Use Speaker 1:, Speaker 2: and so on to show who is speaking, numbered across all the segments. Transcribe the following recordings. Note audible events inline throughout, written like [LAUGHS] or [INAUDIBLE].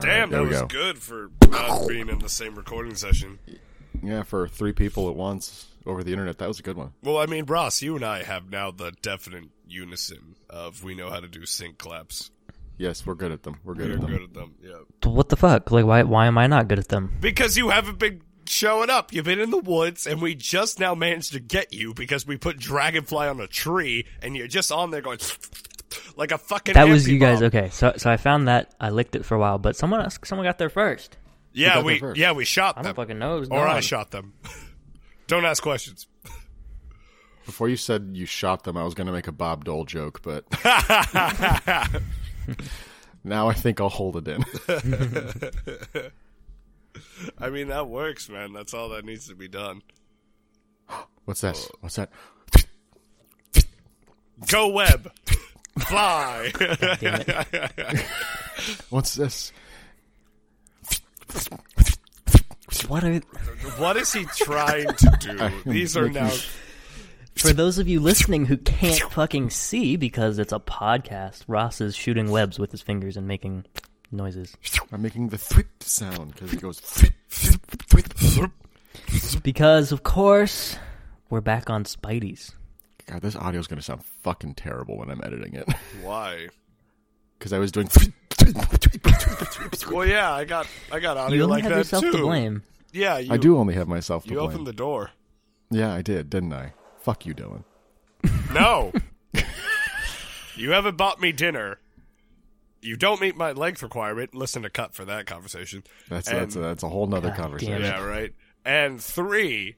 Speaker 1: Damn,
Speaker 2: there
Speaker 1: that
Speaker 2: we
Speaker 1: was
Speaker 2: go.
Speaker 1: good for not being in the same recording session.
Speaker 2: Yeah, for three people at once over the internet, that was a good one.
Speaker 1: Well, I mean, Ross, you and I have now the definite unison of we know how to do sync claps.
Speaker 2: Yes, we're good at them. We're good
Speaker 1: You're
Speaker 2: at them.
Speaker 1: good at them, yeah.
Speaker 3: What the fuck? Like, why? Why am I not good at them?
Speaker 1: Because you haven't been showing up. You've been in the woods, and we just now managed to get you because we put Dragonfly on a tree, and you're just on there going [SNIFFS] like a fucking.
Speaker 3: That was
Speaker 1: empty
Speaker 3: you guys.
Speaker 1: bomb.
Speaker 3: Okay, so so I found that I licked it for a while, but someone else, someone got there first.
Speaker 1: Yeah,
Speaker 2: got
Speaker 1: we
Speaker 2: there first.
Speaker 1: yeah we shot
Speaker 3: I
Speaker 1: them,
Speaker 3: don't fucking know. It was
Speaker 1: Oh. or I
Speaker 3: gone.
Speaker 1: shot them. [LAUGHS] Don't ask questions.
Speaker 2: Before you said you shot them, I was going to make a Bob Dole joke, [LAUGHS] but now I think I'll hold it in. [LAUGHS]
Speaker 1: I mean, that works, man. That's all that needs to be done.
Speaker 2: What's that? What's that?
Speaker 1: Go web, fly.
Speaker 3: Damn it.
Speaker 2: What's [LAUGHS] this?
Speaker 3: What are,
Speaker 1: [LAUGHS] what is he trying to do? These are now.
Speaker 3: for those of you listening who
Speaker 1: [LAUGHS]
Speaker 3: can't fucking see because it's a podcast, Ross is shooting webs with his fingers and making noises.
Speaker 2: I'm making the thwip sound because it goes thwip, thwip, thwip, thwip.
Speaker 3: Because of course, we're back on Spidey's.
Speaker 2: God, this audio is going to sound fucking terrible when I'm editing it [LAUGHS]
Speaker 1: Why?
Speaker 2: because I was doing. thwip, thwip, thwip, thwip, thwip, thwip.
Speaker 1: Well, yeah, I got I got audio
Speaker 3: You only
Speaker 1: like
Speaker 3: have
Speaker 1: that
Speaker 3: yourself
Speaker 1: too.
Speaker 3: to blame.
Speaker 1: Yeah, you,
Speaker 2: I do only have myself to
Speaker 1: You
Speaker 2: blame.
Speaker 1: opened the door.
Speaker 2: Yeah, I did, didn't I? Fuck you, Dylan.
Speaker 1: No.
Speaker 2: [LAUGHS]
Speaker 1: you haven't bought me dinner. You don't meet my length requirement. Listen to cut for that conversation.
Speaker 2: That's
Speaker 1: And-
Speaker 2: that's a, that's a whole nother
Speaker 3: God
Speaker 2: conversation.
Speaker 3: damn it.
Speaker 1: yeah, right. And three,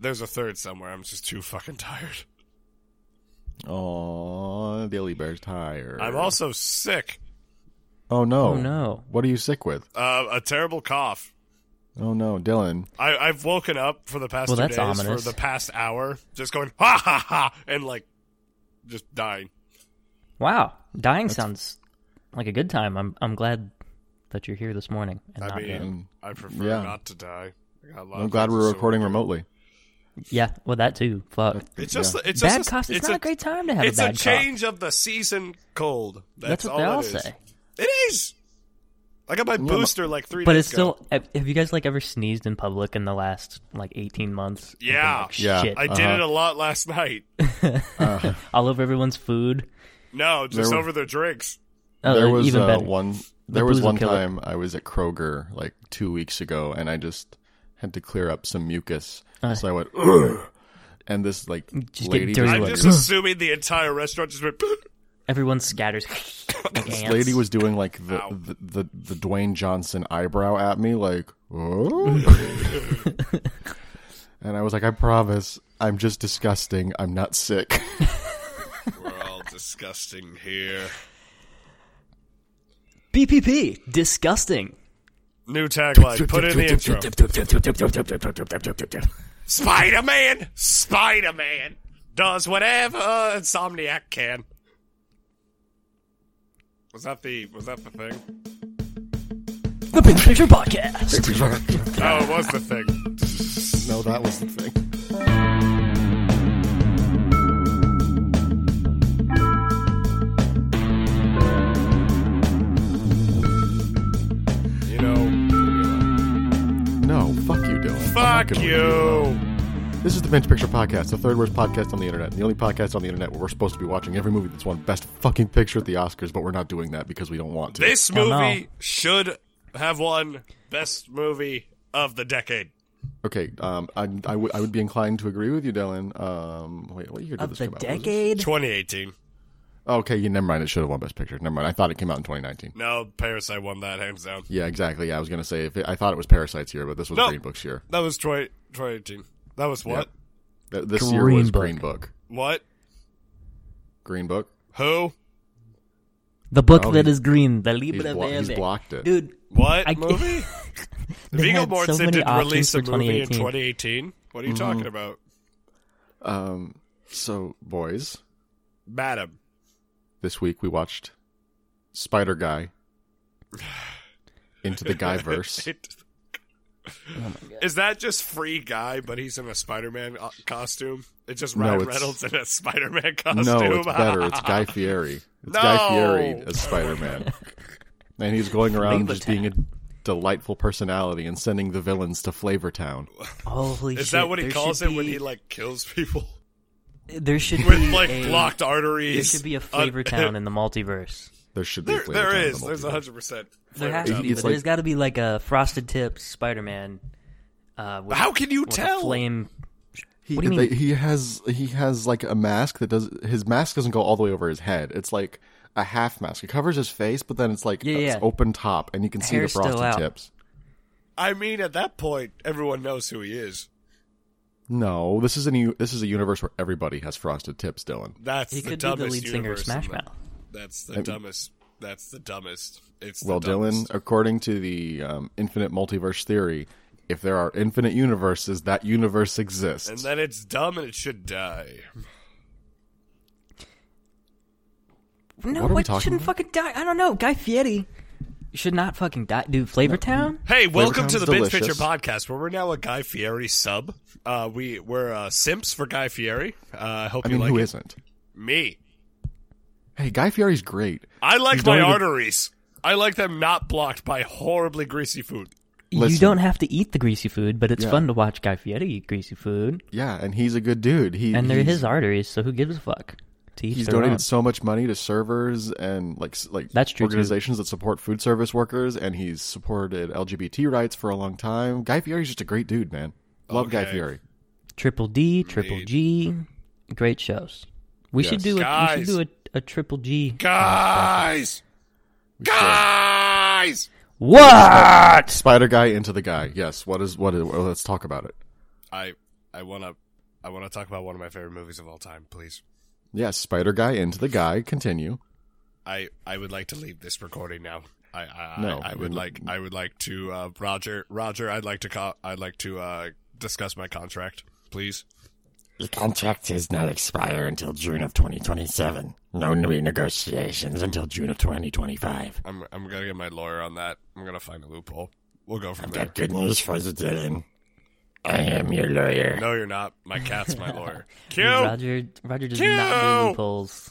Speaker 1: there's a third somewhere. I'm just too fucking tired.
Speaker 2: Oh, Dilly Bear's tired.
Speaker 1: I'm also sick.
Speaker 2: Oh no.
Speaker 3: Oh, no.
Speaker 2: What are you sick with?
Speaker 1: Uh, a terrible cough.
Speaker 2: Oh no, Dylan.
Speaker 1: I, I've woken up for the past
Speaker 3: Well,
Speaker 1: two
Speaker 3: that's
Speaker 1: days
Speaker 3: ominous.
Speaker 1: for the past hour, just going ha ha ha, and like just dying.
Speaker 3: Wow, dying sounds like a good time. I'm I'm glad that you're here this morning and
Speaker 1: I
Speaker 3: not dead.
Speaker 1: mean, I prefer
Speaker 2: yeah.
Speaker 1: not to die. I got a lot
Speaker 2: I'm
Speaker 1: of
Speaker 2: glad
Speaker 1: things
Speaker 2: we're
Speaker 1: to-
Speaker 2: recording remotely.
Speaker 3: Yeah, well that too. Fuck.
Speaker 1: It's just it's
Speaker 3: bad
Speaker 1: just a-
Speaker 3: coughs. It's,
Speaker 1: it's
Speaker 3: not a,
Speaker 1: a-
Speaker 3: great time to have
Speaker 1: it's
Speaker 3: a
Speaker 1: a,
Speaker 3: bad cough.
Speaker 1: change of the season cold. That's,
Speaker 3: That's what
Speaker 1: all
Speaker 3: they all
Speaker 1: it is.
Speaker 3: say.
Speaker 1: It is. I got my
Speaker 2: but-
Speaker 1: booster like three.
Speaker 3: But
Speaker 1: days
Speaker 3: it's
Speaker 1: ago.
Speaker 3: still. Have have you guys like ever sneezed in public in the last like eighteen months? And been
Speaker 1: Yeah.
Speaker 3: like,
Speaker 2: Yeah,
Speaker 3: Shit.
Speaker 1: I did it a lot last night.
Speaker 3: all over everyone's food.
Speaker 2: [LAUGHS]
Speaker 1: No, just
Speaker 2: There-
Speaker 1: over
Speaker 2: [LAUGHS]
Speaker 1: their drinks.
Speaker 3: Oh,
Speaker 2: there was
Speaker 3: even
Speaker 2: uh,
Speaker 3: better.
Speaker 2: one there was
Speaker 3: booze will
Speaker 2: one
Speaker 3: kill it.
Speaker 2: time I was at Kroger like 2 weeks ago and I just had to clear up some mucus. so I went Ugh! and this like
Speaker 3: Uh. Just get
Speaker 2: lady
Speaker 3: dirty
Speaker 2: was
Speaker 1: I'm
Speaker 3: Like-
Speaker 2: like,
Speaker 1: just assuming the entire restaurant just went. [LAUGHS]
Speaker 3: Everyone scatters. like
Speaker 2: [COUGHS] this
Speaker 3: ants.
Speaker 2: lady was doing like the
Speaker 1: Ow.
Speaker 2: the, the the Dwayne Johnson eyebrow at me like oh And I was like, I promise, I'm just disgusting. I'm not sick. [LAUGHS]
Speaker 1: We're all disgusting here.
Speaker 3: BPP. Disgusting.
Speaker 1: New tagline. Put in the
Speaker 2: [LAUGHS]
Speaker 1: intro. Spider Man. Spider Man does whatever Insomniac can. Was that the was that the thing?
Speaker 3: The Big Picture Podcast.
Speaker 1: Oh, it was the thing.
Speaker 2: no, that was the thing.
Speaker 1: You know.
Speaker 2: No, fuck you, Dylan. I'm not
Speaker 1: Fuck
Speaker 2: gonna-
Speaker 1: you.
Speaker 2: This is the Bench Picture Podcast, the third worst podcast on the internet, and the only podcast on the internet where we're supposed to be watching every movie that's won Best Fucking Picture at the Oscars, but we're not doing that because we don't want to.
Speaker 1: This
Speaker 3: Hell no.
Speaker 1: movie should have won best movie of the decade.
Speaker 3: [LAUGHS]
Speaker 2: okay, um, I, I, w- I would be inclined to agree with you, Dylan. Um, wait, what year did
Speaker 3: Of
Speaker 2: this
Speaker 3: the
Speaker 2: come out? Was it-
Speaker 3: decade.
Speaker 1: 2018.
Speaker 2: Okay, yeah, never mind. It should have won Best Picture. Never mind. I thought it came out in 2019.
Speaker 1: No, Parasite won that hands down.
Speaker 2: Yeah, exactly. Yeah, I was gonna say if it, I thought it was Parasite's year, but this was
Speaker 1: No.
Speaker 2: Green Book's year.
Speaker 1: That was 20, 2018. That was what?
Speaker 2: Th- This year
Speaker 3: Green
Speaker 2: was
Speaker 3: Book.
Speaker 2: Green Book.
Speaker 1: What?
Speaker 2: Green Book.
Speaker 1: Who?
Speaker 3: The book
Speaker 2: Oh,
Speaker 3: that
Speaker 2: he-
Speaker 3: is green. The Libra
Speaker 2: He's, blo- he's
Speaker 3: Verde.
Speaker 2: blocked it.
Speaker 3: Dude,
Speaker 1: What
Speaker 3: I-
Speaker 1: movie?
Speaker 3: [LAUGHS] they
Speaker 1: Viggo
Speaker 3: had so
Speaker 1: Mortensen
Speaker 3: many
Speaker 1: did
Speaker 3: options
Speaker 1: release
Speaker 3: for
Speaker 1: a movie in
Speaker 3: 2018.
Speaker 1: 2018. What are
Speaker 2: Mm-hmm.
Speaker 1: you talking about?
Speaker 2: Um, so boys,
Speaker 1: Madam. [LAUGHS]
Speaker 2: this week we watched Spider Guy into the Guy
Speaker 1: [LAUGHS]
Speaker 2: verse.
Speaker 1: It-
Speaker 3: Oh
Speaker 1: Is that just free guy, but he's in a Spider-Man uh, costume? It's just
Speaker 2: No,
Speaker 1: Ryan
Speaker 2: it's-
Speaker 1: Reynolds in a Spider-Man costume.
Speaker 2: no, it's better. It's Guy Fieri. It's
Speaker 1: No!
Speaker 2: Guy Fieri as Spider Man. and he's going around just
Speaker 3: Flavortown.
Speaker 2: being a delightful personality and sending the villains to Flavortown.
Speaker 3: Holy shit!
Speaker 1: [LAUGHS] Is that what he
Speaker 3: there
Speaker 1: calls it
Speaker 3: should
Speaker 1: when
Speaker 3: be-
Speaker 1: he like kills people [LAUGHS]
Speaker 3: There should be
Speaker 1: with like
Speaker 3: a,
Speaker 1: blocked arteries?
Speaker 3: There should be
Speaker 1: [LAUGHS]
Speaker 3: a flavor town in the multiverse.
Speaker 2: There should be
Speaker 1: There,
Speaker 2: a Flavortown.
Speaker 1: there is.
Speaker 2: in the
Speaker 1: There's
Speaker 2: multiverse.
Speaker 1: hundred percent.
Speaker 3: There has
Speaker 2: It-
Speaker 3: to be,
Speaker 2: it's
Speaker 3: but
Speaker 2: like-
Speaker 3: there's got to be like a frosted tips Spider-Man. Uh, with,
Speaker 1: How can you
Speaker 3: with
Speaker 1: tell?
Speaker 3: A flame.
Speaker 2: He,
Speaker 3: What do you
Speaker 2: they-
Speaker 3: mean?
Speaker 2: he has he has like a mask that does his mask doesn't go all the way over his head. It's like a half mask. It covers his face, but then it's like
Speaker 3: Yeah,
Speaker 2: it's
Speaker 3: yeah.
Speaker 2: open top, and you can see the
Speaker 3: Hair's still
Speaker 2: frosted
Speaker 3: out.
Speaker 2: tips.
Speaker 1: I mean, at that point, everyone knows who he is.
Speaker 2: No, this is a new, this is a universe where everybody has frosted tips, Dylan.
Speaker 1: That's
Speaker 3: He
Speaker 1: the
Speaker 3: could be the
Speaker 1: dumbest
Speaker 3: lead singer of
Speaker 1: universe in
Speaker 3: Smash
Speaker 1: the-
Speaker 3: Mouth.
Speaker 1: That's the dumbest. That's the dumbest. It's the
Speaker 2: Well,
Speaker 1: dumbest.
Speaker 2: Dylan, according to the um, infinite multiverse theory, if there are infinite universes, that universe exists.
Speaker 1: and then it's dumb and it should die.
Speaker 2: Mm-hmm.
Speaker 3: No,
Speaker 2: What are we
Speaker 3: what
Speaker 2: talking
Speaker 3: shouldn't
Speaker 2: about?
Speaker 3: fucking die? I don't know. Guy Fieri should not fucking die, dude. Flavortown.
Speaker 1: Hey, welcome
Speaker 2: Flavortown's
Speaker 1: to the Binge
Speaker 2: delicious.
Speaker 1: Picture Podcast, where we're now a Guy Fieri sub. Uh, we we're uh, simps for Guy Fieri. Uh, I hope
Speaker 2: I
Speaker 1: you
Speaker 2: mean,
Speaker 1: like
Speaker 2: who
Speaker 1: it.
Speaker 2: isn't?
Speaker 1: Me,
Speaker 2: Hey, Guy Fieri's great.
Speaker 1: I like
Speaker 2: You
Speaker 1: my
Speaker 2: don't even-
Speaker 1: arteries. I like them not blocked by horribly greasy food.
Speaker 3: you
Speaker 2: listen.
Speaker 3: don't have to eat the greasy food, but it's
Speaker 2: Yeah.
Speaker 3: fun to watch Guy Fieri eat greasy food.
Speaker 2: Yeah, and he's a good dude. He
Speaker 3: And they're
Speaker 2: he's-
Speaker 3: his arteries, so who gives a fuck? To each
Speaker 2: He's
Speaker 3: their
Speaker 2: donated
Speaker 3: own.
Speaker 2: so much money to servers and like s- like
Speaker 3: That's true, too.
Speaker 2: organizations that support food service workers, and he's supported LGBT rights for a long time. Guy Fieri's just a great dude, man. Love Guy
Speaker 1: Okay.
Speaker 2: Fieri.
Speaker 3: Triple D, Triple
Speaker 1: Indeed.
Speaker 3: G, great shows. We should
Speaker 2: Yes.
Speaker 3: do a, we
Speaker 1: Guys.
Speaker 3: should do a, a Triple G.
Speaker 2: Ah,
Speaker 1: Guys, guys.
Speaker 3: What?
Speaker 2: Spider guy into the guy. Yes. What is what? Is, well, let's talk about it.
Speaker 1: I I wanna I wanna talk about one of my favorite movies of all time, please.
Speaker 2: Yes. Spider guy into the guy. Continue.
Speaker 1: I I would like to leave this recording now. I I,
Speaker 2: No,
Speaker 1: I, I would
Speaker 2: we-
Speaker 1: like I would like to uh, Roger Roger I'd like to co- I'd like to uh, discuss my contract, please.
Speaker 4: The contract does not expire until June of 2027. No new negotiations until June of 2025.
Speaker 1: I'm I'm gonna get my lawyer on that. I'm gonna find a loophole. We'll go from
Speaker 4: I've
Speaker 1: there.
Speaker 4: got good news for you, Dylan. I am your lawyer.
Speaker 1: No, you're not. My cat's
Speaker 2: [LAUGHS]
Speaker 1: my lawyer. Q.
Speaker 3: Roger Roger does not
Speaker 1: Kill!
Speaker 3: do loopholes.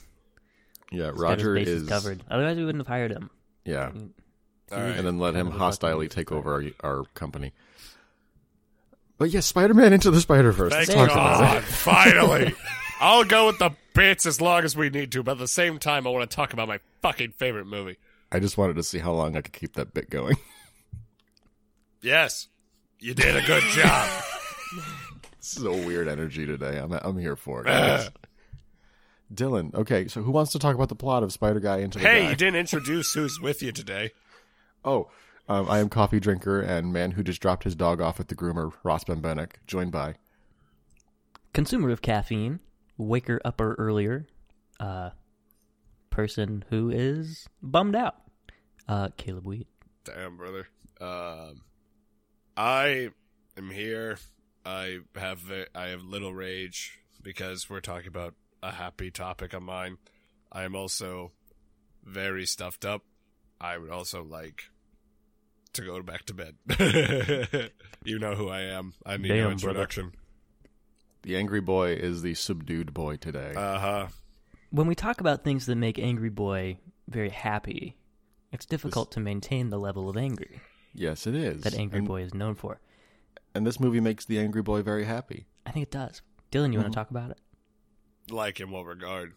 Speaker 2: Yeah.
Speaker 3: Got his
Speaker 2: Roger
Speaker 3: base
Speaker 2: is
Speaker 3: covered. Otherwise, we wouldn't have hired him.
Speaker 2: Yeah.
Speaker 1: Alright.
Speaker 2: And then let him
Speaker 3: Kind of a
Speaker 2: hostilely
Speaker 3: fucking-
Speaker 2: take over our, our company. But yes, Spider Man into the Spider Verse.
Speaker 1: Thank
Speaker 2: Let's talk about [LAUGHS]
Speaker 1: God, finally. I'll go with the bits as long as we need to, but at the same time, I want to talk about my fucking favorite movie.
Speaker 2: it. I just wanted to see how long I could keep that bit going.
Speaker 1: Yes, you did a good job.
Speaker 2: This is a weird energy today. I'm I'm here for it.
Speaker 1: [LAUGHS]
Speaker 2: guys. Dylan, okay, so who wants to talk about the plot of Spider Guy into the
Speaker 1: [LAUGHS] Hey,
Speaker 2: Guy?
Speaker 1: you didn't introduce who's with you today.
Speaker 2: Oh, um, I am coffee drinker and man who just dropped his dog off at the groomer, Ross Benbenek, joined by
Speaker 3: Consumer of caffeine, waker upper earlier, uh, person who is bummed out. Uh, Caleb Wheat.
Speaker 1: Damn, brother. Um, I am here. I have ve- I have little rage because we're talking about a happy topic of mine. I am also very stuffed up. I would also like to go back to bed. [LAUGHS] you know who I am. I need no
Speaker 3: Damn, brother.
Speaker 1: introduction.
Speaker 2: the angry boy is the subdued boy today.
Speaker 1: Uh huh.
Speaker 3: When we talk about things that make Angry Boy very happy, it's difficult to maintain the level of angry
Speaker 2: yes, it is.
Speaker 3: that Angry
Speaker 2: and,
Speaker 3: Boy is known for.
Speaker 2: And this movie makes the angry boy very happy.
Speaker 3: I think it does. Dylan, you
Speaker 2: Mm-hmm.
Speaker 3: want to talk about it?
Speaker 1: Like in what regard?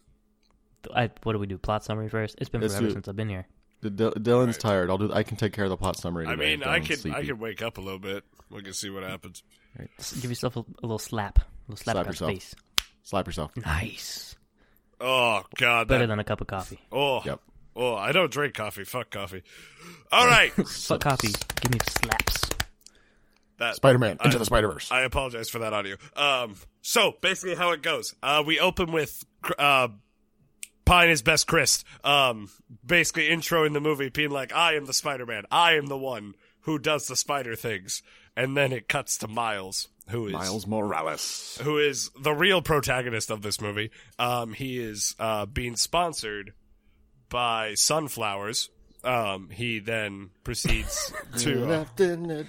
Speaker 3: I, what do we do? Plot summary first. It's been
Speaker 2: Let's
Speaker 3: forever
Speaker 2: do-
Speaker 3: since I've been here.
Speaker 2: The D- Dylan's tired. I'll do. I can take care of the plot summary.
Speaker 1: I
Speaker 2: today.
Speaker 1: mean, I
Speaker 2: Dylan's
Speaker 1: could I
Speaker 2: sleepy.
Speaker 1: could wake up a little bit. We can see what happens.
Speaker 3: S- Give yourself a, a little slap, a little slap,
Speaker 2: Slap
Speaker 3: across the
Speaker 2: yourself.
Speaker 3: face.
Speaker 2: slap yourself.
Speaker 3: Nice.
Speaker 1: Oh God,
Speaker 3: Better
Speaker 1: that
Speaker 3: than a cup of coffee.
Speaker 1: Oh,
Speaker 2: Yep.
Speaker 1: oh, I don't drink coffee. Fuck coffee.
Speaker 2: [LAUGHS]
Speaker 1: All right,
Speaker 3: Fuck coffee. Give me slaps.
Speaker 1: that
Speaker 2: Spider Man into
Speaker 1: I-
Speaker 2: the Spider Verse.
Speaker 1: I apologize for that audio. Um, so basically, how it goes, uh, we open with uh, Pine is best Chris. Um, basically introing the movie, being like, "I am the Spider Man. I am the one who does the spider things," and then it cuts to Miles, who is
Speaker 2: Miles Morales.
Speaker 1: who is the real protagonist of this movie. Um, he is uh, being sponsored by sunflowers. Um, he then proceeds to. uh,
Speaker 2: Left in
Speaker 1: Oh.
Speaker 2: the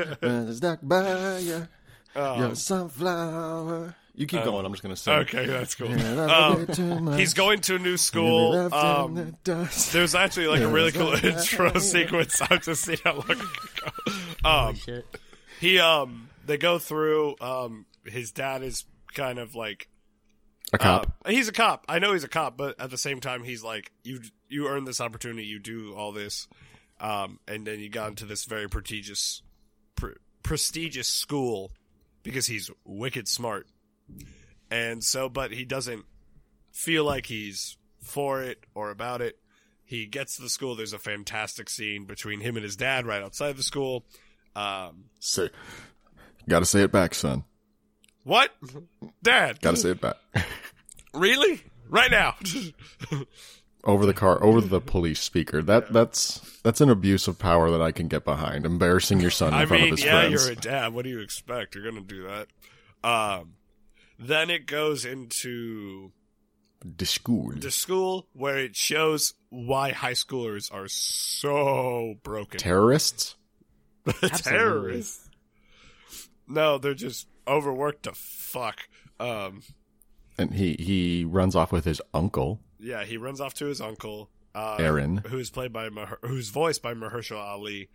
Speaker 2: dust, when it's dark by ya, your sunflower. You keep going. I'm just gonna say.
Speaker 1: Uh, Okay, that's cool. Um, he's going to a new school. Um, there's actually like a really cool intro sequence. [LAUGHS] I just see how long ago. Um,
Speaker 3: Shit.
Speaker 1: he um they go through um his dad is kind of like
Speaker 2: a cop.
Speaker 1: uh, he's a cop. I know he's a cop, but at the same time he's like you you earned this opportunity, you do all this. Um and then you got into this very prestigious pre- prestigious school because he's wicked smart. And so but he doesn't feel like he's for it or about it. He gets to the school. There's a fantastic scene between him and his dad right outside the school. Um,
Speaker 2: Say, gotta say it back, son. [LAUGHS]
Speaker 1: What? Dad,
Speaker 2: Gotta say it back.
Speaker 1: really? Right now. [LAUGHS]
Speaker 2: over the car, over the police speaker. That that's that's an abuse of power that I can get behind. Embarrassing your son in
Speaker 1: I
Speaker 2: front
Speaker 1: mean,
Speaker 2: of his
Speaker 1: yeah,
Speaker 2: friends.
Speaker 1: you're a dad. What do you expect? You're going to do that. Um, then it goes into
Speaker 2: The school.
Speaker 1: the school where it shows why high schoolers are so broken. [LAUGHS]
Speaker 2: Terrorists.
Speaker 1: Terrorists. No, they're just overworked to fuck. Um,
Speaker 2: And he he runs off with his uncle.
Speaker 1: yeah, he runs off to his uncle, uh,
Speaker 2: Aaron.
Speaker 1: who is played by Maher- who's voiced by Mahershala Ali.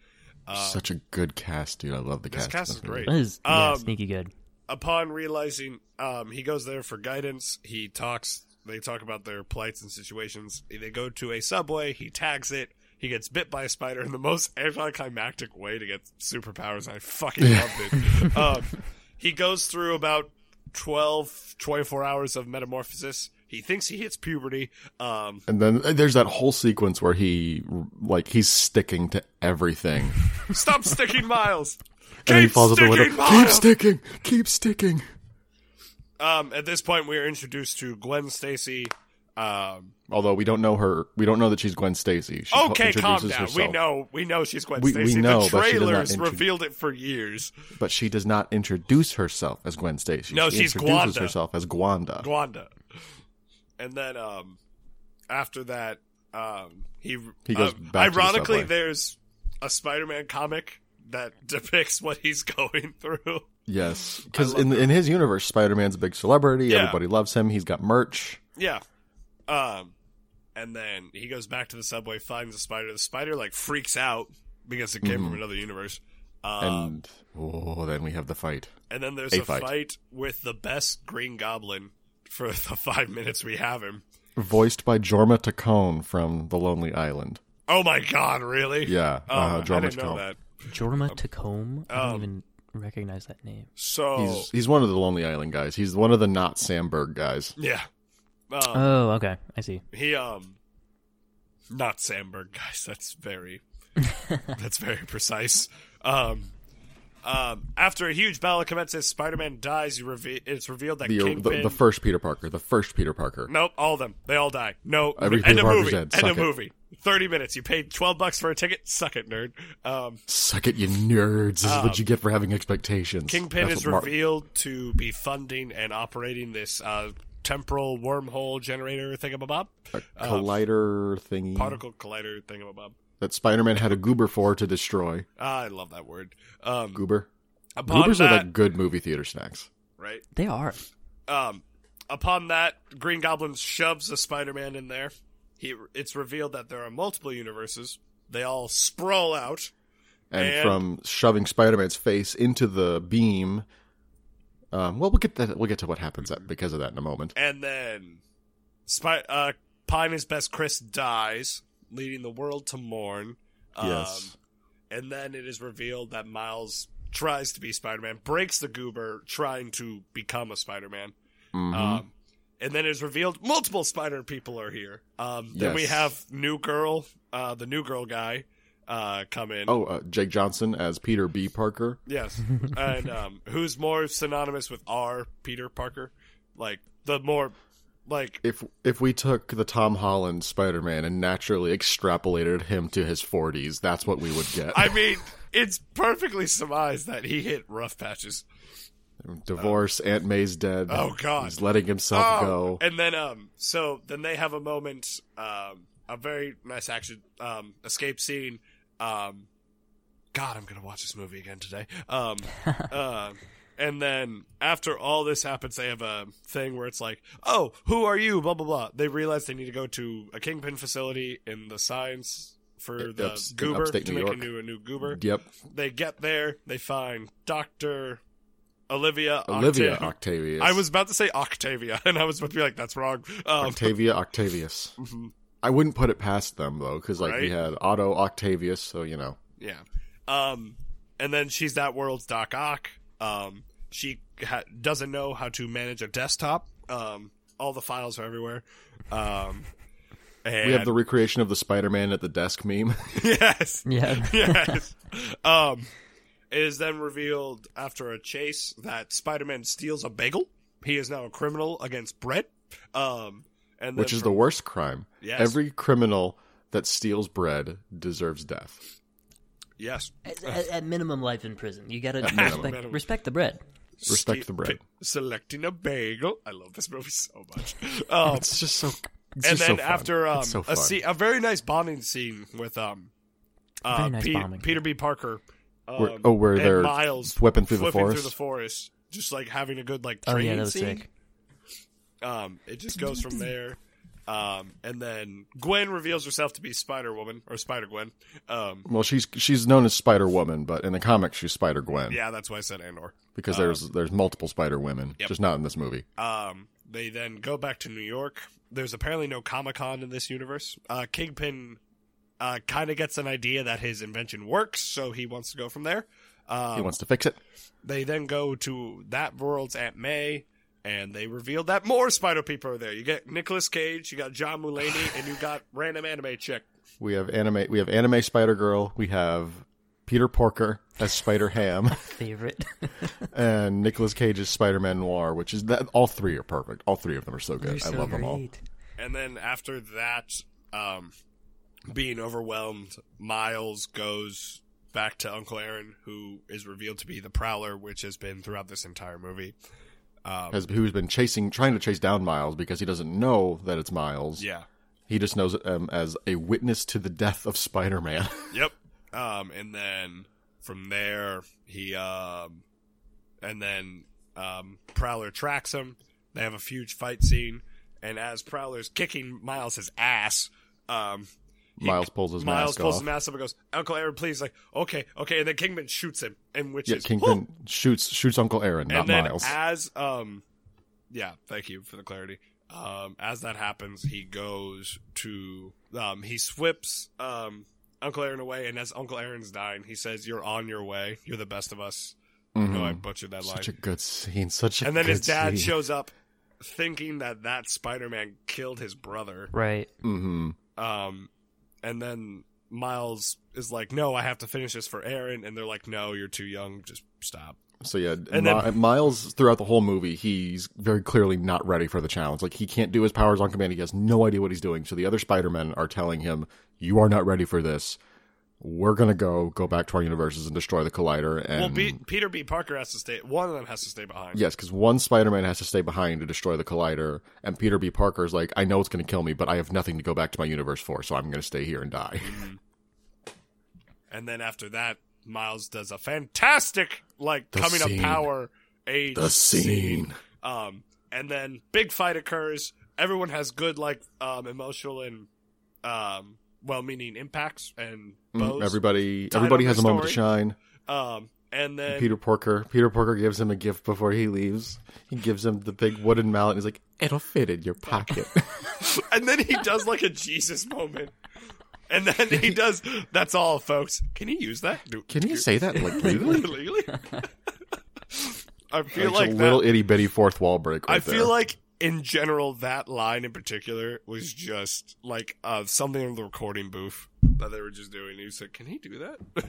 Speaker 2: Such a good cast, dude. I love the
Speaker 1: Uh, This
Speaker 2: cast.
Speaker 1: cast
Speaker 2: in
Speaker 1: is
Speaker 2: this movie.
Speaker 1: great.
Speaker 3: That is yeah,
Speaker 1: Um,
Speaker 3: sneaky good.
Speaker 1: upon realizing um, he goes there for guidance, he talks. They talk about their plights and situations. They go to a subway. He tags it. He gets bit by a spider in the most [LAUGHS] anticlimactic way to get superpowers. I fucking loved
Speaker 2: [LAUGHS]
Speaker 1: it. um, he goes through about 12, 24 hours of metamorphosis. He thinks he hits puberty. Um,
Speaker 2: And then uh, there's that whole sequence where he like he's sticking to everything,
Speaker 1: Stop sticking miles. Keep
Speaker 2: and he falls at the
Speaker 1: sticking
Speaker 2: window. [LAUGHS] Keep
Speaker 1: miles.
Speaker 2: sticking, keep sticking.
Speaker 1: um, at this point, we are introduced to Gwen Stacy. Um,
Speaker 2: Although we don't know her, we don't know that she's Gwen Stacy. She
Speaker 1: Okay,
Speaker 2: introduces
Speaker 1: calm down.
Speaker 2: herself,
Speaker 1: We know, we know she's Gwen
Speaker 2: We- we
Speaker 1: Stacy.
Speaker 2: know, but she
Speaker 1: the
Speaker 2: does not
Speaker 1: trailers
Speaker 2: intro-
Speaker 1: revealed it for years.
Speaker 2: but she does not introduce herself as Gwen Stacy.
Speaker 1: No,
Speaker 2: she
Speaker 1: she's
Speaker 2: introduces
Speaker 1: Gwanda.
Speaker 2: herself as Gwanda.
Speaker 1: Gwanda, and then um, after that, um, he
Speaker 2: He goes
Speaker 1: um,
Speaker 2: back to the
Speaker 1: ironically,
Speaker 2: subway.
Speaker 1: there's a Spider-Man comic that [LAUGHS] depicts what he's going through.
Speaker 2: Yes, because
Speaker 1: love
Speaker 2: in in his universe, Spider Man's a big celebrity.
Speaker 1: Yeah.
Speaker 2: Everybody loves him. He's got merch.
Speaker 1: Yeah. Um, and then he goes back to the subway, finds the spider. The spider like freaks out because it came
Speaker 2: Mm-hmm.
Speaker 1: from another universe. Um,
Speaker 2: And oh, then we have the fight.
Speaker 1: And then there's
Speaker 2: A
Speaker 1: a,
Speaker 2: fight.
Speaker 1: fight. with the best Green Goblin for [LAUGHS] the five minutes we have him.
Speaker 2: Voiced by Jorma Tacone from The Lonely Island.
Speaker 1: Oh my god, really?
Speaker 2: Yeah,
Speaker 1: Oh,
Speaker 2: uh,
Speaker 1: I
Speaker 2: Jorma
Speaker 1: didn't know
Speaker 2: Tacone.
Speaker 1: that.
Speaker 3: Jorma
Speaker 2: um,
Speaker 3: Tacombe. I don't even recognize that name.
Speaker 1: So
Speaker 2: He's he's one of the Lonely Island guys. He's one of the not Sandberg guys.
Speaker 1: yeah, um,
Speaker 3: Oh, okay. I see.
Speaker 1: he um, not Sandberg, guys. That's very, that's very precise. Um, um, after a huge battle commences, Spider-Man dies. You reve- it's revealed that
Speaker 2: The, the
Speaker 1: Kingpin.
Speaker 2: the first Peter Parker, the first Peter Parker.
Speaker 1: Nope, all of them. They all die. No,
Speaker 2: Every
Speaker 1: end
Speaker 2: Peter
Speaker 1: of
Speaker 2: Parker's
Speaker 1: movie.
Speaker 2: dead.
Speaker 1: End
Speaker 2: Suck
Speaker 1: of
Speaker 2: it.
Speaker 1: movie. Thirty minutes. You paid twelve bucks for a ticket. Suck it, nerd. Um,
Speaker 2: Suck it, you nerds! This is what you get for having expectations.
Speaker 1: Kingpin
Speaker 2: That's
Speaker 1: is
Speaker 2: what Mar-
Speaker 1: revealed to be funding and operating this uh, temporal wormhole generator thingamabob, uh,
Speaker 2: collider thingy
Speaker 1: particle collider thingamabob.
Speaker 2: that Spider Man had a goober for to destroy.
Speaker 1: Ah, I love that word. Um,
Speaker 2: Goober.
Speaker 1: upon
Speaker 2: Goobers
Speaker 1: that,
Speaker 2: are like good movie theater snacks.
Speaker 1: right?
Speaker 3: They are.
Speaker 1: Um, upon that, Green Goblin shoves a Spider-Man in there. He, it's revealed that there are multiple universes. They all sprawl out.
Speaker 2: and,
Speaker 1: And-
Speaker 2: from shoving Spider-Man's face into the beam. Um, well, we'll get that. We'll get to what happens that, because of that in a moment.
Speaker 1: And then Spy- uh, Pine's best Chris dies, leading the world to mourn. Um,
Speaker 2: yes,
Speaker 1: And then it is revealed that Miles tries to be Spider Man, breaks the goober trying to become a Spider Man.
Speaker 2: Mhm.
Speaker 1: Um, and then it is revealed multiple Spider people are here. Um, then we
Speaker 2: Yes.
Speaker 1: have New Girl, uh, the New Girl guy, uh, come in.
Speaker 2: oh, uh, Jake Johnson as Peter B. Parker. [LAUGHS]
Speaker 1: Yes. and um, who's more synonymous with our Peter Parker? Like, the more, like,
Speaker 2: If if we took the Tom Holland Spider-Man and naturally extrapolated him to his 40s, that's what we would get.
Speaker 1: I mean, it's perfectly surmised that he hit rough patches.
Speaker 2: Divorce. Aunt May's dead.
Speaker 1: Oh, God. Oh,
Speaker 2: he's letting himself go.
Speaker 1: And then um so then they have a moment um a very nice action um escape scene
Speaker 2: [LAUGHS]
Speaker 1: um God I'm gonna watch this movie again today um uh, And then after all this happens, they have a thing where it's like, "Oh, who are you?" Blah blah blah. They realize they need to go to a kingpin facility in the science for
Speaker 2: In
Speaker 1: the
Speaker 2: ups- in
Speaker 1: goober
Speaker 2: upstate
Speaker 1: to
Speaker 2: New
Speaker 1: make
Speaker 2: York.
Speaker 1: a new a new goober.
Speaker 2: Yep.
Speaker 1: They get there, they find Doctor Olivia.
Speaker 2: Olivia
Speaker 1: Octavius.
Speaker 2: Octavius.
Speaker 1: I was about to say Octavia, [LAUGHS] and I was about to be like, "That's wrong." Um,
Speaker 2: Octavia Octavius.
Speaker 1: Mhm.
Speaker 2: I wouldn't put it past them though, because like we
Speaker 1: Right?
Speaker 2: had Otto Octavius, so you know.
Speaker 1: Yeah. Um, and then she's that world's Doc Ock. Um, she ha- doesn't know how to manage a desktop. Um, all the files are everywhere. Um, and
Speaker 2: We have the recreation of the Spider-Man at the desk meme. [LAUGHS]
Speaker 1: [LAUGHS] yes,
Speaker 3: [LAUGHS] Yeah.
Speaker 1: yes. um, it is then revealed after a chase that Spider-Man steals a bagel. He is now a criminal against bread. Um, and
Speaker 2: which
Speaker 1: then
Speaker 2: is the
Speaker 1: from-
Speaker 2: worst crime.
Speaker 1: Yes.
Speaker 2: Every criminal that steals bread deserves death.
Speaker 1: yes.
Speaker 3: at, at- at minimum, life in prison. You gotta
Speaker 2: minimum.
Speaker 3: respect, respect the bread.
Speaker 2: Respect the bread.
Speaker 1: pi- selecting a bagel. I love this movie so
Speaker 2: [LAUGHS]
Speaker 1: much. Um,
Speaker 2: It's just so. It's
Speaker 1: and
Speaker 2: just so
Speaker 1: then
Speaker 2: fun.
Speaker 1: after um,
Speaker 2: It's so
Speaker 1: a,
Speaker 2: fun.
Speaker 1: se- a very nice bonding scene with um, uh,
Speaker 3: Very nice
Speaker 1: Pe-
Speaker 3: bonding.
Speaker 1: Peter B. Parker. Um,
Speaker 2: Where- oh, where
Speaker 1: and
Speaker 2: they're
Speaker 1: Miles
Speaker 2: flipping through the
Speaker 1: flipping
Speaker 2: forest?
Speaker 1: through the forest, just like having a good like
Speaker 3: Oh
Speaker 1: training
Speaker 3: yeah, that was
Speaker 1: scene.
Speaker 3: sick.
Speaker 1: Um, it just goes from there. Um, and then Gwen reveals herself to be Spider Woman or Spider Gwen. Um,
Speaker 2: well, she's she's known as Spider Woman, but in the comics she's Spider Gwen
Speaker 1: yeah, that's why I said Andor.
Speaker 2: because there's there's multiple Spider Women,
Speaker 1: Yep.
Speaker 2: just not in this movie.
Speaker 1: Um, they then go back to New York. There's apparently no Comic Con in this universe. Uh, Kingpin uh, kind of gets an idea that his invention works, so he wants to go from there.
Speaker 2: he
Speaker 1: Um,
Speaker 2: wants to fix it.
Speaker 1: they then go to that world's Aunt May, and they reveal that more Spider People are there. You get Nicolas Cage, you got John Mulaney, and you got random anime chick.
Speaker 2: We have anime. We have anime Spider Girl. We have Peter Porker as Spider
Speaker 1: [LAUGHS]
Speaker 2: Ham,
Speaker 3: [LAUGHS] Favorite.
Speaker 2: and Nicolas Cage as Spider Man Noir. Which is that all three are perfect. All three of them are so good. I love them all.
Speaker 1: And then after that, um, being overwhelmed, Miles goes back to Uncle Aaron, who is revealed to be the Prowler, which has been throughout this entire movie. Um,
Speaker 2: Has who's been chasing, trying to chase down Miles because he doesn't know that it's Miles.
Speaker 1: Yeah.
Speaker 2: He just knows um, as a witness to the death of Spider Man.
Speaker 1: Yep. Um, and then from there, he, um, and then, um, Prowler tracks him. They have a huge fight scene. And as Prowler's kicking Miles' ass, um, he-
Speaker 2: [LAUGHS] Miles pulls his
Speaker 1: Miles
Speaker 2: mask
Speaker 1: pulls
Speaker 2: off.
Speaker 1: his mask up and goes, Uncle Aaron, please. Like, okay, okay. And then Kingpin shoots him, and which
Speaker 2: yeah,
Speaker 1: is
Speaker 2: Kingpin shoots shoots Uncle Aaron, not
Speaker 1: and then
Speaker 2: Miles.
Speaker 1: as um yeah thank you for the clarity um as that happens he goes to um he swips um uncle aaron away and as uncle aaron's dying he says you're on your way you're the best of us
Speaker 2: Mhm.
Speaker 1: no i butchered that line
Speaker 2: Such a good scene. Such a
Speaker 1: and then his
Speaker 2: good
Speaker 1: dad
Speaker 2: scene.
Speaker 1: shows up thinking that that spider-man killed his brother
Speaker 3: Right.
Speaker 2: Mm-hmm.
Speaker 1: um and then miles is like no i have to finish this for aaron and they're like no you're too young just stop
Speaker 2: So yeah, Mi-
Speaker 1: And then-
Speaker 2: Miles throughout the whole movie, he's very clearly not ready for the challenge. Like he can't do his powers on command. He has no idea what he's doing. So the other Spider-Men are telling him, "You are not ready for this. We're gonna go go back to our universes and destroy the collider." And
Speaker 1: well B- peter b parker has to stay one of them has to stay behind
Speaker 2: yes, because one Spider-Man has to stay behind to destroy the collider, and Peter B. Parker is like, "I know it's gonna kill me, but I have nothing to go back to my universe for, so I'm gonna stay here and die."
Speaker 1: And then after that, Miles does a fantastic like coming
Speaker 2: scene.
Speaker 1: up power age
Speaker 2: The scene.
Speaker 1: Um, and then big fight occurs. Everyone has good like um emotional and um well-meaning impacts and bows.
Speaker 2: Mm, Mm-hmm. Everybody,
Speaker 1: Tied
Speaker 2: everybody
Speaker 1: up
Speaker 2: has
Speaker 1: the
Speaker 2: a moment to
Speaker 1: story.
Speaker 2: shine.
Speaker 1: Um, and then
Speaker 2: Peter Porker. Peter Porker gives him a gift before he leaves. He gives him the big wooden mallet and he's like, It'll fit in your pocket.
Speaker 1: [LAUGHS] and then he does like a Jesus moment. And then he does. That's all, folks. Can you use that? Do-
Speaker 2: [LAUGHS] Can you say that [LAUGHS] like
Speaker 1: [LAUGHS]
Speaker 2: legally?
Speaker 1: legally? I feel
Speaker 2: It's
Speaker 1: like
Speaker 2: a
Speaker 1: that-
Speaker 2: little itty bitty fourth wall break right
Speaker 1: I
Speaker 2: there.
Speaker 1: feel like in general that line in particular was just like uh, something in the recording booth that they were just doing. He said, "Can he do that?"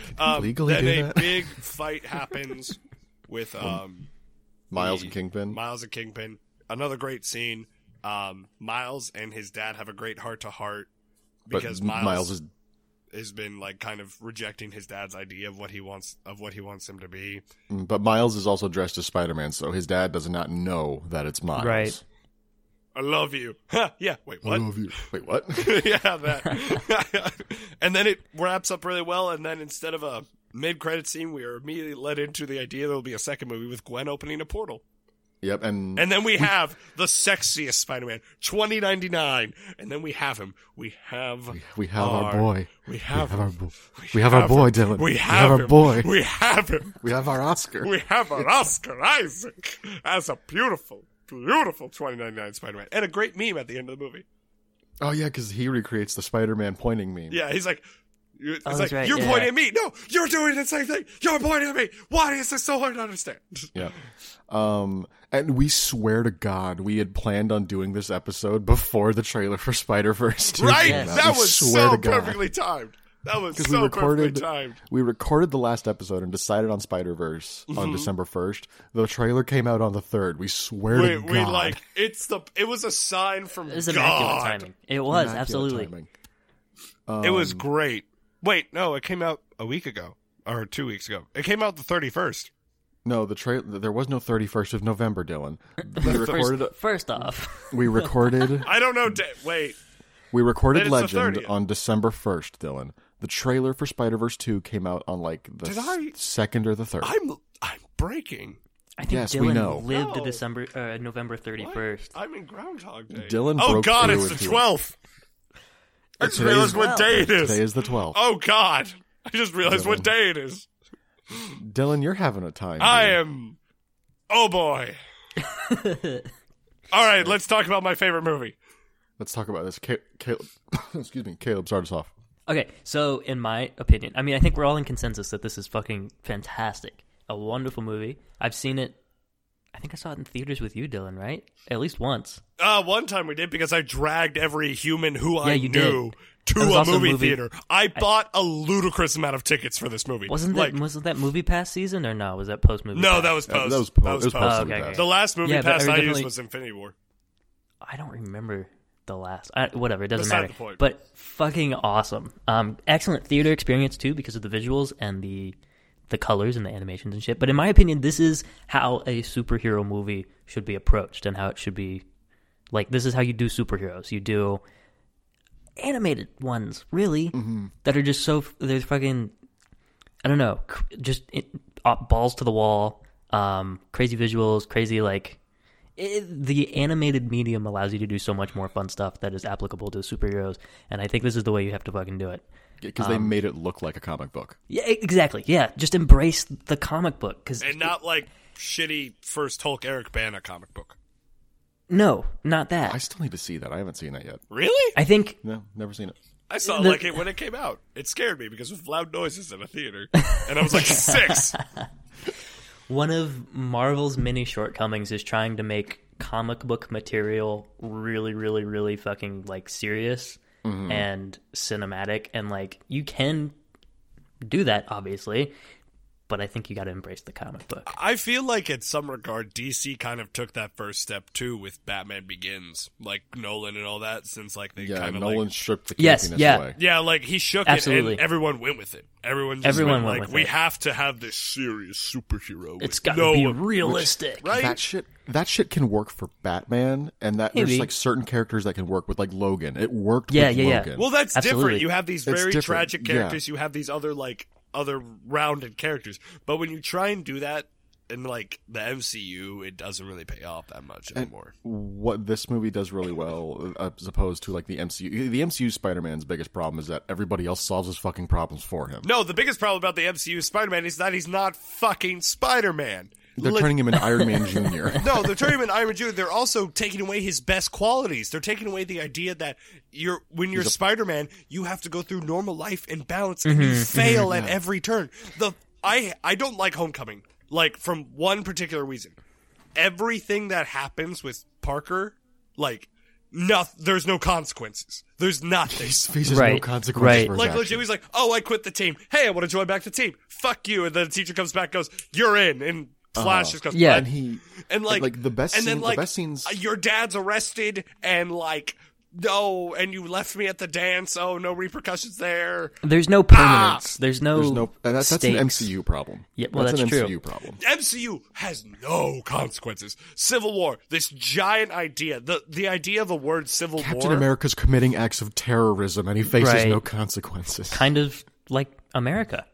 Speaker 1: [LAUGHS] Um,
Speaker 2: legally
Speaker 1: then
Speaker 2: do
Speaker 1: a
Speaker 2: that?
Speaker 1: big fight happens
Speaker 2: [LAUGHS]
Speaker 1: with um,
Speaker 2: Miles and Kingpin.
Speaker 1: Miles and Kingpin. Another great scene. Um, Miles and his dad have a great heart to heart
Speaker 2: but
Speaker 1: because
Speaker 2: Miles,
Speaker 1: Miles
Speaker 2: is
Speaker 1: has been like kind of rejecting his dad's idea of what he wants of what he wants him to be.
Speaker 2: mm, but Miles is also dressed as Spider Man, so his dad does not know that it's Miles.
Speaker 3: Right.
Speaker 1: I love you. [LAUGHS] yeah. Wait. What?
Speaker 2: I love you. Wait,
Speaker 1: [LAUGHS]
Speaker 2: what? [LAUGHS]
Speaker 1: yeah, that. and then it wraps up really well, and then instead of a mid credit scene, we are immediately led into the idea there will be a second movie with Gwen opening a portal.
Speaker 2: Yep, and,
Speaker 1: And then we have the sexiest Spider Man, 2099. And then we have him. We have.
Speaker 2: we have our, boy.
Speaker 1: We have,
Speaker 2: we have
Speaker 1: him.
Speaker 2: our, bo- we have our boy,
Speaker 1: him.
Speaker 2: Dylan.
Speaker 1: We have,
Speaker 2: our
Speaker 1: him.
Speaker 2: boy.
Speaker 1: We have him.
Speaker 2: We have our Oscar.
Speaker 1: We have our Oscar Isaac as a beautiful, beautiful 2099 Spider Man. And a great meme at the end of the movie.
Speaker 2: oh yeah, because he recreates the Spider-Man pointing meme.
Speaker 1: Yeah, he's like, you- it's
Speaker 3: Oh,
Speaker 1: like
Speaker 3: that's right,
Speaker 1: you're
Speaker 3: yeah.
Speaker 1: pointing at me. No, you're doing the same thing. You're pointing at me. Why is this so hard to understand?
Speaker 2: Yeah. Um, and we swear to God, we had planned on doing this episode before the trailer for Spider Verse.
Speaker 1: [LAUGHS] right?
Speaker 3: Yes.
Speaker 1: That was so perfectly timed. That was
Speaker 2: Because
Speaker 1: so
Speaker 2: we recorded,
Speaker 1: perfectly timed.
Speaker 2: we recorded the last episode and decided on Spider Verse on
Speaker 1: Mm-hmm.
Speaker 2: December first. The trailer came out on the third. We swear
Speaker 1: We,
Speaker 2: to God,
Speaker 1: we like it's the it was a sign from
Speaker 3: It was immaculate
Speaker 1: God.
Speaker 3: timing. It was
Speaker 2: Immaculate
Speaker 3: absolutely.
Speaker 2: timing. Um,
Speaker 1: It was great. Wait, no, it came out a week ago or two weeks ago. It came out the thirty first.
Speaker 2: No, the trailer. There was no thirty first of November, Dylan. We recorded.
Speaker 3: [LAUGHS] First, first off,
Speaker 2: we
Speaker 1: [LAUGHS]
Speaker 2: recorded.
Speaker 1: I don't know. Da- wait,
Speaker 2: We recorded
Speaker 1: Then it's the
Speaker 2: Legend
Speaker 1: 30th.
Speaker 2: on December 1st, Dylan. The trailer for Spider Verse 2 came out on like the
Speaker 1: Did I-
Speaker 2: s- second or the third.
Speaker 1: I'm I'm breaking.
Speaker 3: I think
Speaker 2: Yes, we
Speaker 3: Dylan
Speaker 2: know.
Speaker 3: lived
Speaker 1: No.
Speaker 3: December uh, November thirty
Speaker 1: What?
Speaker 3: first.
Speaker 1: I'm in Groundhog Day.
Speaker 2: Dylan
Speaker 1: Oh
Speaker 2: broke
Speaker 1: God,
Speaker 2: through
Speaker 1: it's the
Speaker 2: with you.
Speaker 1: twelfth. I just
Speaker 2: Today's-
Speaker 1: realized what day it is.
Speaker 2: Today is the 12th.
Speaker 1: Oh God, I just realized what day it is.
Speaker 2: Dylan, you're having a time.
Speaker 1: I
Speaker 2: here.
Speaker 1: am. Oh boy.
Speaker 3: [LAUGHS]
Speaker 1: All right, let's talk about my favorite movie.
Speaker 2: Let's talk about this. Ca- Caleb, [COUGHS] excuse me. Caleb, start us off.
Speaker 3: Okay, so in my opinion, I mean, I think we're all in consensus that this is fucking fantastic, a wonderful movie. I've seen it. I think I saw it in theaters with you, Dylan. Right? At least once.
Speaker 1: Uh, one time we did because I dragged every human who I
Speaker 3: you
Speaker 1: knew to
Speaker 3: It was
Speaker 1: a
Speaker 3: also a
Speaker 1: movie,
Speaker 3: movie-
Speaker 1: theater. I bought a ludicrous amount of tickets for this movie.
Speaker 3: Wasn't that
Speaker 1: like
Speaker 3: wasn't that movie pass season or no? Was that post movie?
Speaker 1: no?
Speaker 3: Pass?
Speaker 1: That was
Speaker 2: That-
Speaker 1: post.
Speaker 2: that was post. It was
Speaker 1: post.
Speaker 2: post.
Speaker 3: Oh, okay, okay.
Speaker 1: The last movie
Speaker 3: Yeah, but
Speaker 1: pass
Speaker 3: I
Speaker 1: I used
Speaker 3: definitely-
Speaker 1: was Infinity War.
Speaker 3: I don't remember the last. I, whatever, it doesn't
Speaker 1: Beside
Speaker 3: matter.
Speaker 1: the point.
Speaker 3: But fucking awesome. Um, excellent theater experience too because of the visuals and the the colors and the animations and shit. But in my opinion, this is how a superhero movie should be approached and how it should be like this is how you do superheroes. You do animated ones, really, that are just so they're fucking I don't know, cr- just it, uh, balls to the wall, um, crazy visuals, crazy like it, the animated medium allows you to do so much more fun stuff that is applicable to superheroes, and I think this is the way you have to fucking do it.
Speaker 2: Because
Speaker 3: Um,
Speaker 2: they made it look like a comic book.
Speaker 3: Yeah, e- exactly. Yeah, just embrace the comic book because
Speaker 1: and not like shitty first Hulk Eric Bana comic book.
Speaker 3: no, not
Speaker 2: I
Speaker 3: that.
Speaker 2: still need to see that. I haven't seen that yet.
Speaker 1: Really?
Speaker 3: I think
Speaker 2: No, never seen it.
Speaker 1: I saw
Speaker 3: The-
Speaker 1: like it when it came out. It scared me because it was loud noises in a theater, and I was
Speaker 3: [LAUGHS]
Speaker 1: like six.
Speaker 3: one of Marvel's many shortcomings is trying to make comic book material really, really, really fucking like serious
Speaker 1: Mm-hmm.
Speaker 3: and cinematic, and like you can do that obviously, but I think you got to embrace the comic book.
Speaker 1: I feel like in some regard, DC kind of took that first step too with Batman Begins, like Nolan and all that. Since like they
Speaker 2: Yeah,
Speaker 1: kind of
Speaker 2: Nolan
Speaker 1: like,
Speaker 2: stripped the
Speaker 3: Yes,
Speaker 2: campiness
Speaker 3: yeah.
Speaker 2: away.
Speaker 1: yeah, like he shook
Speaker 3: Absolutely.
Speaker 1: it, and everyone went with it. Everyone, just went,
Speaker 3: Everyone went
Speaker 1: like,
Speaker 3: with
Speaker 1: we
Speaker 3: it.
Speaker 1: have to have this serious superhero. with
Speaker 3: It's got to
Speaker 1: no
Speaker 3: be realistic.
Speaker 1: right.
Speaker 2: That shit, that shit can work for Batman, and that
Speaker 3: Maybe.
Speaker 2: there's like certain characters that can work with, like Logan. It worked.
Speaker 3: Yeah,
Speaker 2: with
Speaker 3: yeah, yeah.
Speaker 2: Logan.
Speaker 1: well, that's
Speaker 3: Absolutely.
Speaker 1: different. You have these
Speaker 2: It's
Speaker 1: very
Speaker 2: different,
Speaker 1: tragic
Speaker 2: yeah.
Speaker 1: characters. You have these other like other rounded characters. But when you try and do that in like the MCU, it doesn't really pay off that much anymore.
Speaker 2: what this movie does really well uh, as opposed to like the MCU. The MCU Spider-Man's biggest problem is that everybody else solves his fucking problems for him.
Speaker 1: No, the biggest problem about the MCU Spider-Man is that he's not fucking Spider-Man.
Speaker 2: They're turning him into Iron Man
Speaker 1: [LAUGHS]
Speaker 2: Jr.
Speaker 1: No, they're turning him into Iron Man Jr. They're also taking away his best qualities. They're taking away the idea that you're when you're Spider-Man, you have to go through normal life and balance, and you fail at every turn. The I I don't like Homecoming, like from one particular reason. Everything that happens with Parker, like, no, there's no consequences. The's nothing.
Speaker 2: He [LAUGHS] faces no
Speaker 3: Right,
Speaker 2: consequences
Speaker 3: right.
Speaker 2: for his
Speaker 1: Like
Speaker 2: actions.
Speaker 1: legit, he's like, "Oh, I quit the team. Hey, I want to join back the team. Fuck you!" And then the teacher comes back, goes, "You're in." And Flash just goes,
Speaker 3: Yeah.
Speaker 1: "What?"
Speaker 2: and he
Speaker 1: and like,
Speaker 2: Uh-huh. the best
Speaker 1: and
Speaker 2: scene,
Speaker 1: then like,
Speaker 2: the best scenes.
Speaker 1: uh, Your dad's arrested, and like, no, and you left me at the dance. Oh, no repercussions there.
Speaker 3: There's no permanence. Ah! There's no.
Speaker 2: there's no and that's, that's an
Speaker 3: Oh, stakes.
Speaker 2: MCU problem.
Speaker 3: Yeah, well,
Speaker 2: an
Speaker 3: that's true.
Speaker 2: MCU problem.
Speaker 1: MCU has no consequences. Civil War, this giant idea, the the idea of a word Civil
Speaker 2: Captain
Speaker 1: War.
Speaker 2: America's committing acts of terrorism and he faces
Speaker 3: Right.
Speaker 2: no consequences.
Speaker 3: Kind of like America.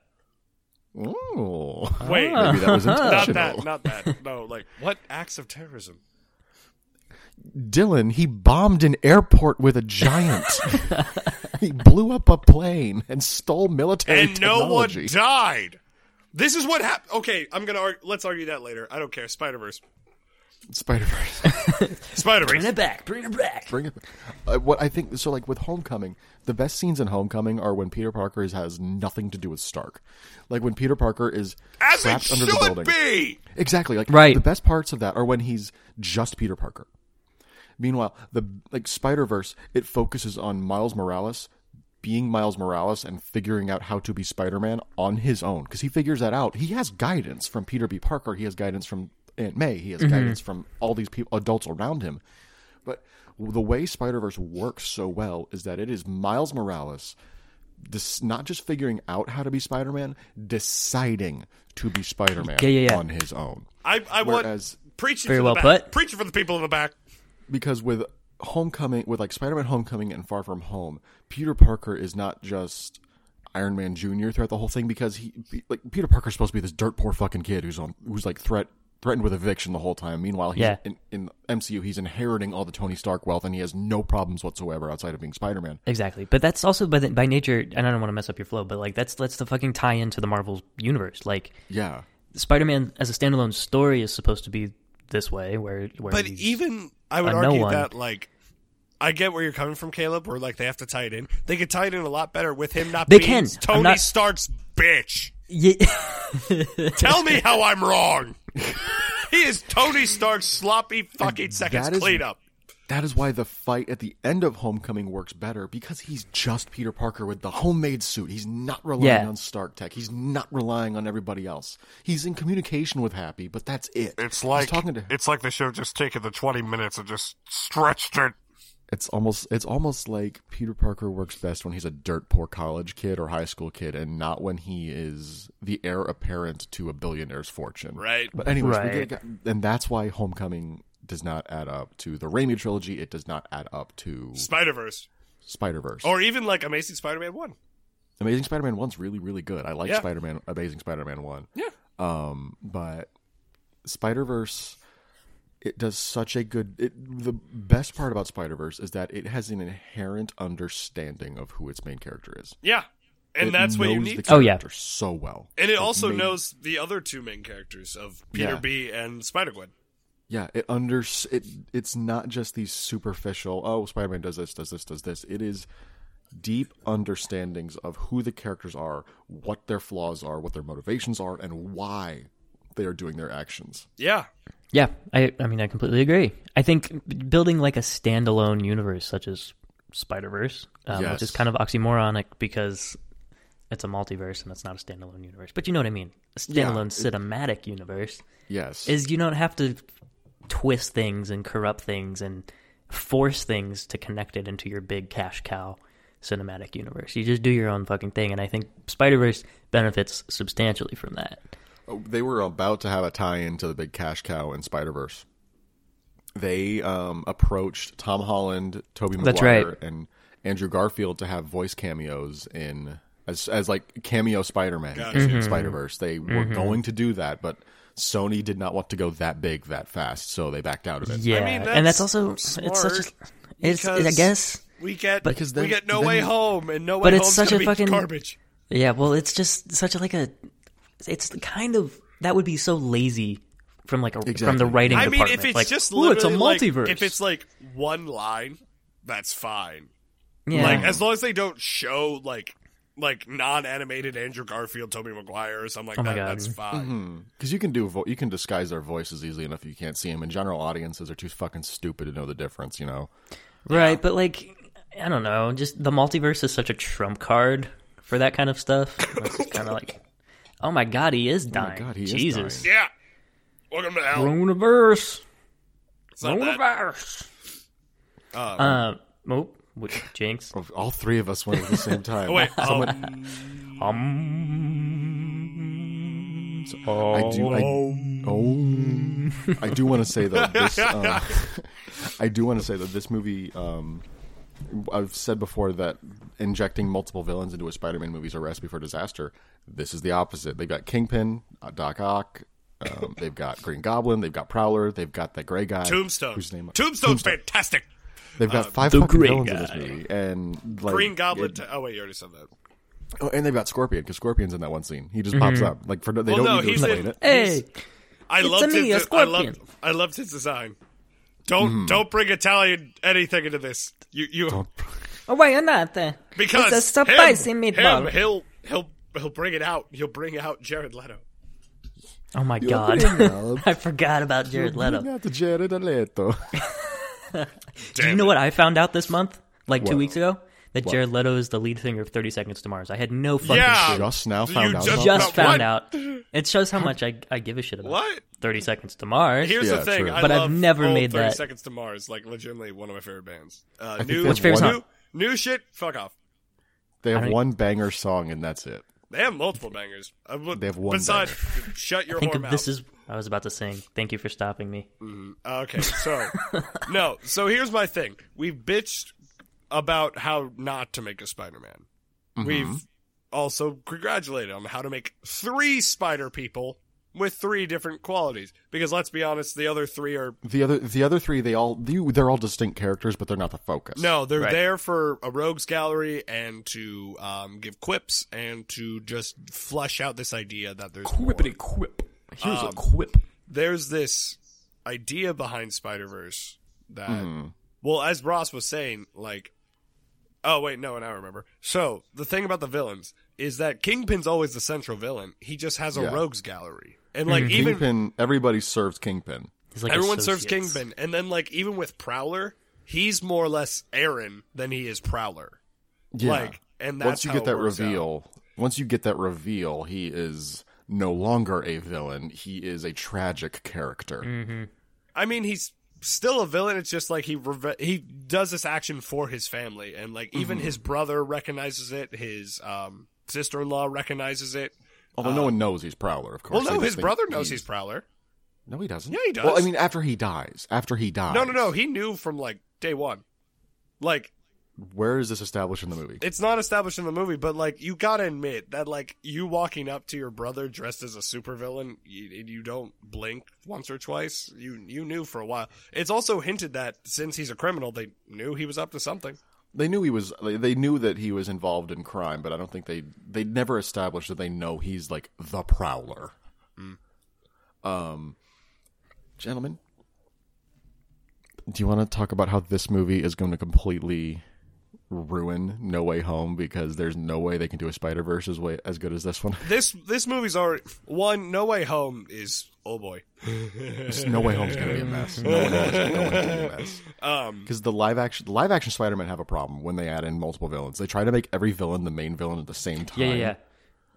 Speaker 2: Ooh.
Speaker 1: Wait,
Speaker 2: Maybe that was
Speaker 1: not
Speaker 2: intentional.
Speaker 1: that, not that. No, like what acts of terrorism?
Speaker 2: Dylan, he bombed an airport with a giant. he blew up a plane and stole military
Speaker 1: and no one
Speaker 2: technology.
Speaker 1: died. This is what happened. Okay, I'm gonna argue. Let's argue that later. I don't care. Spider Verse.
Speaker 2: Spider Verse.
Speaker 1: Spider
Speaker 3: Bring
Speaker 1: Verse.
Speaker 3: it back. Bring it back.
Speaker 2: [LAUGHS] Bring it. Uh, what I think so, like with Homecoming, the best scenes in Homecoming are when Peter Parker is, has nothing to do with Stark, like when Peter Parker is
Speaker 1: As it
Speaker 2: trapped under the
Speaker 1: should
Speaker 2: building.
Speaker 1: be.
Speaker 2: Exactly. Like
Speaker 3: Right.
Speaker 2: the best parts of that are when he's just Peter Parker. Meanwhile, the like Spider Verse, it focuses on Miles Morales being Miles Morales and figuring out how to be Spider Man on his own because he figures that out. He has guidance from Peter B. Parker. He has guidance from Aunt May. He
Speaker 3: Mm-hmm.
Speaker 2: has guidance from all these people, adults around him. But the way Spider Verse works so well is that it is Miles Morales dis- not just figuring out how to be Spider Man, deciding to be Spider Man
Speaker 3: Yeah, yeah, yeah.
Speaker 2: on his own.
Speaker 1: I, I
Speaker 2: Whereas-
Speaker 1: want preaching.
Speaker 3: Very
Speaker 1: for
Speaker 3: well
Speaker 1: the back.
Speaker 3: put.
Speaker 1: Preaching for the people in the back.
Speaker 2: Because with Homecoming, with like Spider Man Homecoming and Far From Home, Peter Parker is not just Iron Man Junior throughout the whole thing because he like Peter Parker's supposed to be this dirt poor fucking kid who's on who's like threat threatened with eviction the whole time. Meanwhile, he's
Speaker 3: Yeah.
Speaker 2: in, in MCU he's inheriting all the Tony Stark wealth and he has no problems whatsoever outside of being Spider Man.
Speaker 3: Exactly, but that's also by the, by nature, and I don't want to mess up your flow, but like that's that's the fucking tie into the Marvel universe. Like
Speaker 2: Yeah.
Speaker 3: Spider-Man as a standalone story is supposed to be this way, where where
Speaker 1: But
Speaker 3: he's-
Speaker 1: even I would
Speaker 3: a Uh, no
Speaker 1: argue
Speaker 3: one.
Speaker 1: that like. I get where you're coming from, Caleb. Where like they have to tie it in. They could tie it in a lot better with him not
Speaker 3: They
Speaker 1: being
Speaker 3: can. I'm
Speaker 1: Tony
Speaker 3: not-
Speaker 1: Stark's bitch.
Speaker 3: Ye-
Speaker 1: Tell me how
Speaker 2: [LAUGHS]
Speaker 1: I'm wrong. he is Tony Stark's sloppy fucking seconds
Speaker 2: that is-
Speaker 1: cleanup.
Speaker 2: That is why the fight at the end of Homecoming works better because he's just Peter Parker with the homemade suit. He's not relying
Speaker 3: Yeah.
Speaker 2: on Stark Tech. He's not relying on everybody else. He's in communication with Happy, but that's it.
Speaker 1: It's
Speaker 2: he's
Speaker 1: like
Speaker 2: talking to.
Speaker 1: it's like the show just taken the twenty minutes and just stretched it.
Speaker 2: It's almost it's almost like Peter Parker works best when he's a dirt poor college kid or high school kid, and not when he is the heir apparent to a billionaire's fortune.
Speaker 1: Right.
Speaker 2: But anyways, we
Speaker 3: Right.
Speaker 2: get- and that's why Homecoming does not add up to the Raimi trilogy. It does not add up to
Speaker 1: Spider Verse,
Speaker 2: Spider Verse.
Speaker 1: or even like Amazing Spider Man One.
Speaker 2: Amazing Spider-Man One's really, really good. I like
Speaker 1: Yeah.
Speaker 2: Spider-Man, Amazing Spider-Man One, Um,
Speaker 1: Yeah,
Speaker 2: but Spider-Verse, it does such a good. It, the best part about Spider-Verse is that it has an inherent understanding of who its main character is.
Speaker 1: yeah, and
Speaker 2: It
Speaker 1: that's what you
Speaker 2: knows
Speaker 1: need.
Speaker 2: The
Speaker 1: to-
Speaker 3: Oh, yeah.
Speaker 2: character so well,
Speaker 1: and it also
Speaker 2: made-
Speaker 1: knows the other two main characters of Peter
Speaker 2: Yeah.
Speaker 1: B and Spider Gwen.
Speaker 2: Yeah, it under it. It's not just these superficial. Oh, Spider-Man does this, does this, does this. It is deep understandings of who the characters are, what their flaws are, what their motivations are, and why they are doing their actions.
Speaker 1: Yeah,
Speaker 3: yeah, I I mean I completely agree. I think building like a standalone universe such as Spider Verse, um,
Speaker 2: Yes.
Speaker 3: which is kind of oxymoronic because it's a multiverse and it's not a standalone universe, but you know what I mean. A standalone cinematic universe
Speaker 2: Yes.
Speaker 3: is you don't have to twist things and corrupt things and force things to connect it into your big cash cow cinematic universe. You just do your own fucking thing, and I think Spider Verse benefits substantially from that.
Speaker 2: Oh, they were about to have a tie-in to the big cash cow in Spider Verse. They um, approached Tom Holland, Toby
Speaker 3: That's
Speaker 2: Maguire,
Speaker 3: right.
Speaker 2: and Andrew Garfield to have voice cameos in as as like cameo Spider Man
Speaker 3: Mm-hmm.
Speaker 2: in Spider Verse. They were going to do that, but Sony did not want to go that big that fast, so they backed out of it.
Speaker 3: Yeah,
Speaker 1: mean,
Speaker 3: and
Speaker 1: that's
Speaker 3: that's also
Speaker 1: smart
Speaker 3: it's such a it's I
Speaker 1: because
Speaker 3: guess
Speaker 1: we get
Speaker 3: But-
Speaker 1: because
Speaker 2: Because then-
Speaker 1: we get No
Speaker 2: then-
Speaker 1: Way Home, and No Way
Speaker 3: but it's
Speaker 1: Home's
Speaker 3: such
Speaker 1: gonna
Speaker 3: a
Speaker 1: be
Speaker 3: fucking-
Speaker 1: garbage.
Speaker 3: yeah. Well, it's just such a, like a it's kind of that would be so lazy from like a from
Speaker 2: Exactly.
Speaker 3: the writing.
Speaker 1: I mean,
Speaker 3: department.
Speaker 1: if it's
Speaker 3: like,
Speaker 1: just
Speaker 3: ooh, it's a
Speaker 1: literally, like,
Speaker 3: multiverse.
Speaker 1: if it's like one line, that's fine.
Speaker 3: yeah.
Speaker 1: Like as long as they don't show like like non-animated Andrew Garfield, Toby Maguire, or something like
Speaker 3: Oh my
Speaker 1: that,
Speaker 3: God.
Speaker 1: that's fine.
Speaker 2: Because you can do vo- you can disguise their voices easily enough. You can't see them, and general audiences are too fucking stupid to know the difference. You know.
Speaker 3: Right, but like I don't know, just the multiverse is such a trump card for that kind of
Speaker 1: [COUGHS]
Speaker 3: stuff. It's kind of like, oh my god, he is dying.
Speaker 2: God, he is
Speaker 3: Jesus,
Speaker 1: Yeah. Welcome to hell.
Speaker 3: universe,
Speaker 1: It's not Uh, that.
Speaker 3: universe. Um, oh, wait, Jinx.
Speaker 2: Of- All three of us went at the
Speaker 1: [LAUGHS]
Speaker 2: same time.
Speaker 1: Oh, wait. Oh,
Speaker 3: Um,
Speaker 2: I do. I,
Speaker 1: [LAUGHS]
Speaker 2: uh, [LAUGHS] oh, I do want to say though. This, um, I do want to say that this movie um, I've said before that injecting multiple villains into a Spider-Man movie is a recipe for disaster. This is the opposite. They've got Kingpin, uh, Doc Ock, um, they've got Green Goblin, they've got Prowler, they've got that gray guy
Speaker 1: Tombstone.
Speaker 2: whose name
Speaker 1: Tombstone's fantastic.
Speaker 2: They've got five
Speaker 3: uh, the
Speaker 2: fucking
Speaker 3: gray
Speaker 2: villains in this
Speaker 3: guy.
Speaker 2: movie, and like,
Speaker 1: Green Goblin.
Speaker 2: it-
Speaker 1: ta- oh wait, you already said that.
Speaker 2: oh, and they've got Scorpion because Scorpion's in that one scene. He just
Speaker 3: Mm-hmm.
Speaker 2: pops up like for no, they
Speaker 1: Well,
Speaker 2: don't
Speaker 1: no,
Speaker 2: need to
Speaker 1: he's
Speaker 2: explain
Speaker 1: in-
Speaker 2: it. [LAUGHS]
Speaker 3: Hey,
Speaker 1: I
Speaker 3: It's
Speaker 1: loved
Speaker 3: a me,
Speaker 1: his.
Speaker 3: a
Speaker 1: I
Speaker 3: scorpion.
Speaker 1: loved. I loved his design. Don't
Speaker 2: Mm-hmm.
Speaker 1: don't bring Italian anything into this. You you
Speaker 3: oh, why not? uh,
Speaker 1: because
Speaker 3: it's a spicy
Speaker 1: him,
Speaker 3: meatball.
Speaker 1: Him, he'll he'll he'll bring it out. He'll bring out Jared Leto.
Speaker 3: Oh my god, [LAUGHS]
Speaker 2: Leto.
Speaker 3: I forgot about Jared Leto.
Speaker 2: Not the Jared Leto.
Speaker 1: Damn
Speaker 3: you know
Speaker 1: it.
Speaker 3: what I found out this month, like two
Speaker 2: What?
Speaker 3: weeks ago, that Jared Leto is the lead singer of Thirty Seconds to Mars. I had no fucking
Speaker 1: Yeah,
Speaker 3: clue.
Speaker 2: Just now found
Speaker 1: you
Speaker 2: out
Speaker 1: Just,
Speaker 2: about
Speaker 3: Just
Speaker 1: about what?
Speaker 3: found
Speaker 1: [LAUGHS]
Speaker 3: out. It shows how much I, I give a shit about
Speaker 1: What?
Speaker 3: Thirty Seconds to Mars.
Speaker 1: Here's
Speaker 2: Yeah,
Speaker 1: the thing,
Speaker 2: true.
Speaker 1: I
Speaker 3: But I've
Speaker 1: love
Speaker 3: never
Speaker 1: old
Speaker 3: made
Speaker 1: 30
Speaker 3: that-
Speaker 1: Seconds to Mars, like legitimately one of my favorite bands. Uh,
Speaker 2: think
Speaker 1: new,
Speaker 2: they
Speaker 3: What's your favorite
Speaker 1: new,
Speaker 3: song?
Speaker 1: new shit. Fuck off.
Speaker 2: They have
Speaker 3: don't-
Speaker 2: one banger song and that's it.
Speaker 1: They have multiple bangers. I would-
Speaker 2: They have one
Speaker 1: Besides, shut your
Speaker 3: Think
Speaker 1: whore
Speaker 3: of
Speaker 1: mouth.
Speaker 3: this is. I was about to sing. Thank you for stopping me.
Speaker 1: Uh, okay, so no. So here's my thing. We bitched about how not to make a Spider-Man. We've also congratulated on how to make three Spider people with three different qualities. Because let's be honest, the other three are
Speaker 2: The other the other three they all they, they're all distinct characters but they're not the focus.
Speaker 1: No, they're
Speaker 3: Right.
Speaker 1: there for a rogues gallery and to um, give quips and to just flesh out this idea that there's more. Um,
Speaker 3: quip. Here's a quip.
Speaker 1: There's this idea behind Spider Verse that,
Speaker 3: Hmm.
Speaker 1: well, as Ross was saying, like, oh wait, no, and I remember. So the thing about the villains is that Kingpin's always the central villain. He just has a
Speaker 2: Yeah.
Speaker 1: rogues gallery, and like even
Speaker 2: Kingpin everybody serves Kingpin.
Speaker 3: He's Mm-hmm. like
Speaker 1: Everyone
Speaker 3: associates.
Speaker 1: serves Kingpin, and then like even with Prowler, he's more or less Aaron than he is Prowler.
Speaker 2: Yeah.
Speaker 1: Like, and
Speaker 2: once
Speaker 1: that's
Speaker 2: you
Speaker 1: how
Speaker 2: get
Speaker 1: it
Speaker 2: that
Speaker 1: works out.
Speaker 2: reveal, once you get that reveal, he is no longer a villain. He is a tragic character.
Speaker 1: I mean, he's still a villain. It's just like he reve- he does this action for his family, and like
Speaker 2: Mm-hmm.
Speaker 1: even his brother recognizes it. His um, sister in law recognizes it.
Speaker 2: Although no one knows he's Prowler, of course.
Speaker 1: Uh,
Speaker 2: They
Speaker 1: Well, no,
Speaker 2: just
Speaker 1: his
Speaker 2: think
Speaker 1: brother knows he's Prowler.
Speaker 2: No, he doesn't.
Speaker 1: Yeah, he does.
Speaker 2: Well, I mean, after he dies, after he dies.
Speaker 1: No, no, no. He knew from like day one. Like
Speaker 2: Where is this established in the movie?
Speaker 1: it's not established in the movie, but like you gotta admit that like you walking up to your brother dressed as a supervillain, you, and you don't blink once or twice. You you knew for a while. It's also hinted that since he's a criminal, they knew he was up to something.
Speaker 2: They knew he was. They, they knew that he was involved in crime, but I don't think they they never established that they know he's like the Prowler. Um, gentlemen, do you want to talk about how this movie is going to completely ruin No Way Home because there's no way they can do a Spider Verse as way as good as this one?
Speaker 1: This this movie's already one. No Way Home is oh boy.
Speaker 2: no Way Home is going to be a mess. No one knows. No one's going to be a mess. Because the live action the live action Spider Man have a problem when they add in multiple villains. They try to make every villain the main villain at the same time.
Speaker 3: Yeah, yeah, yeah.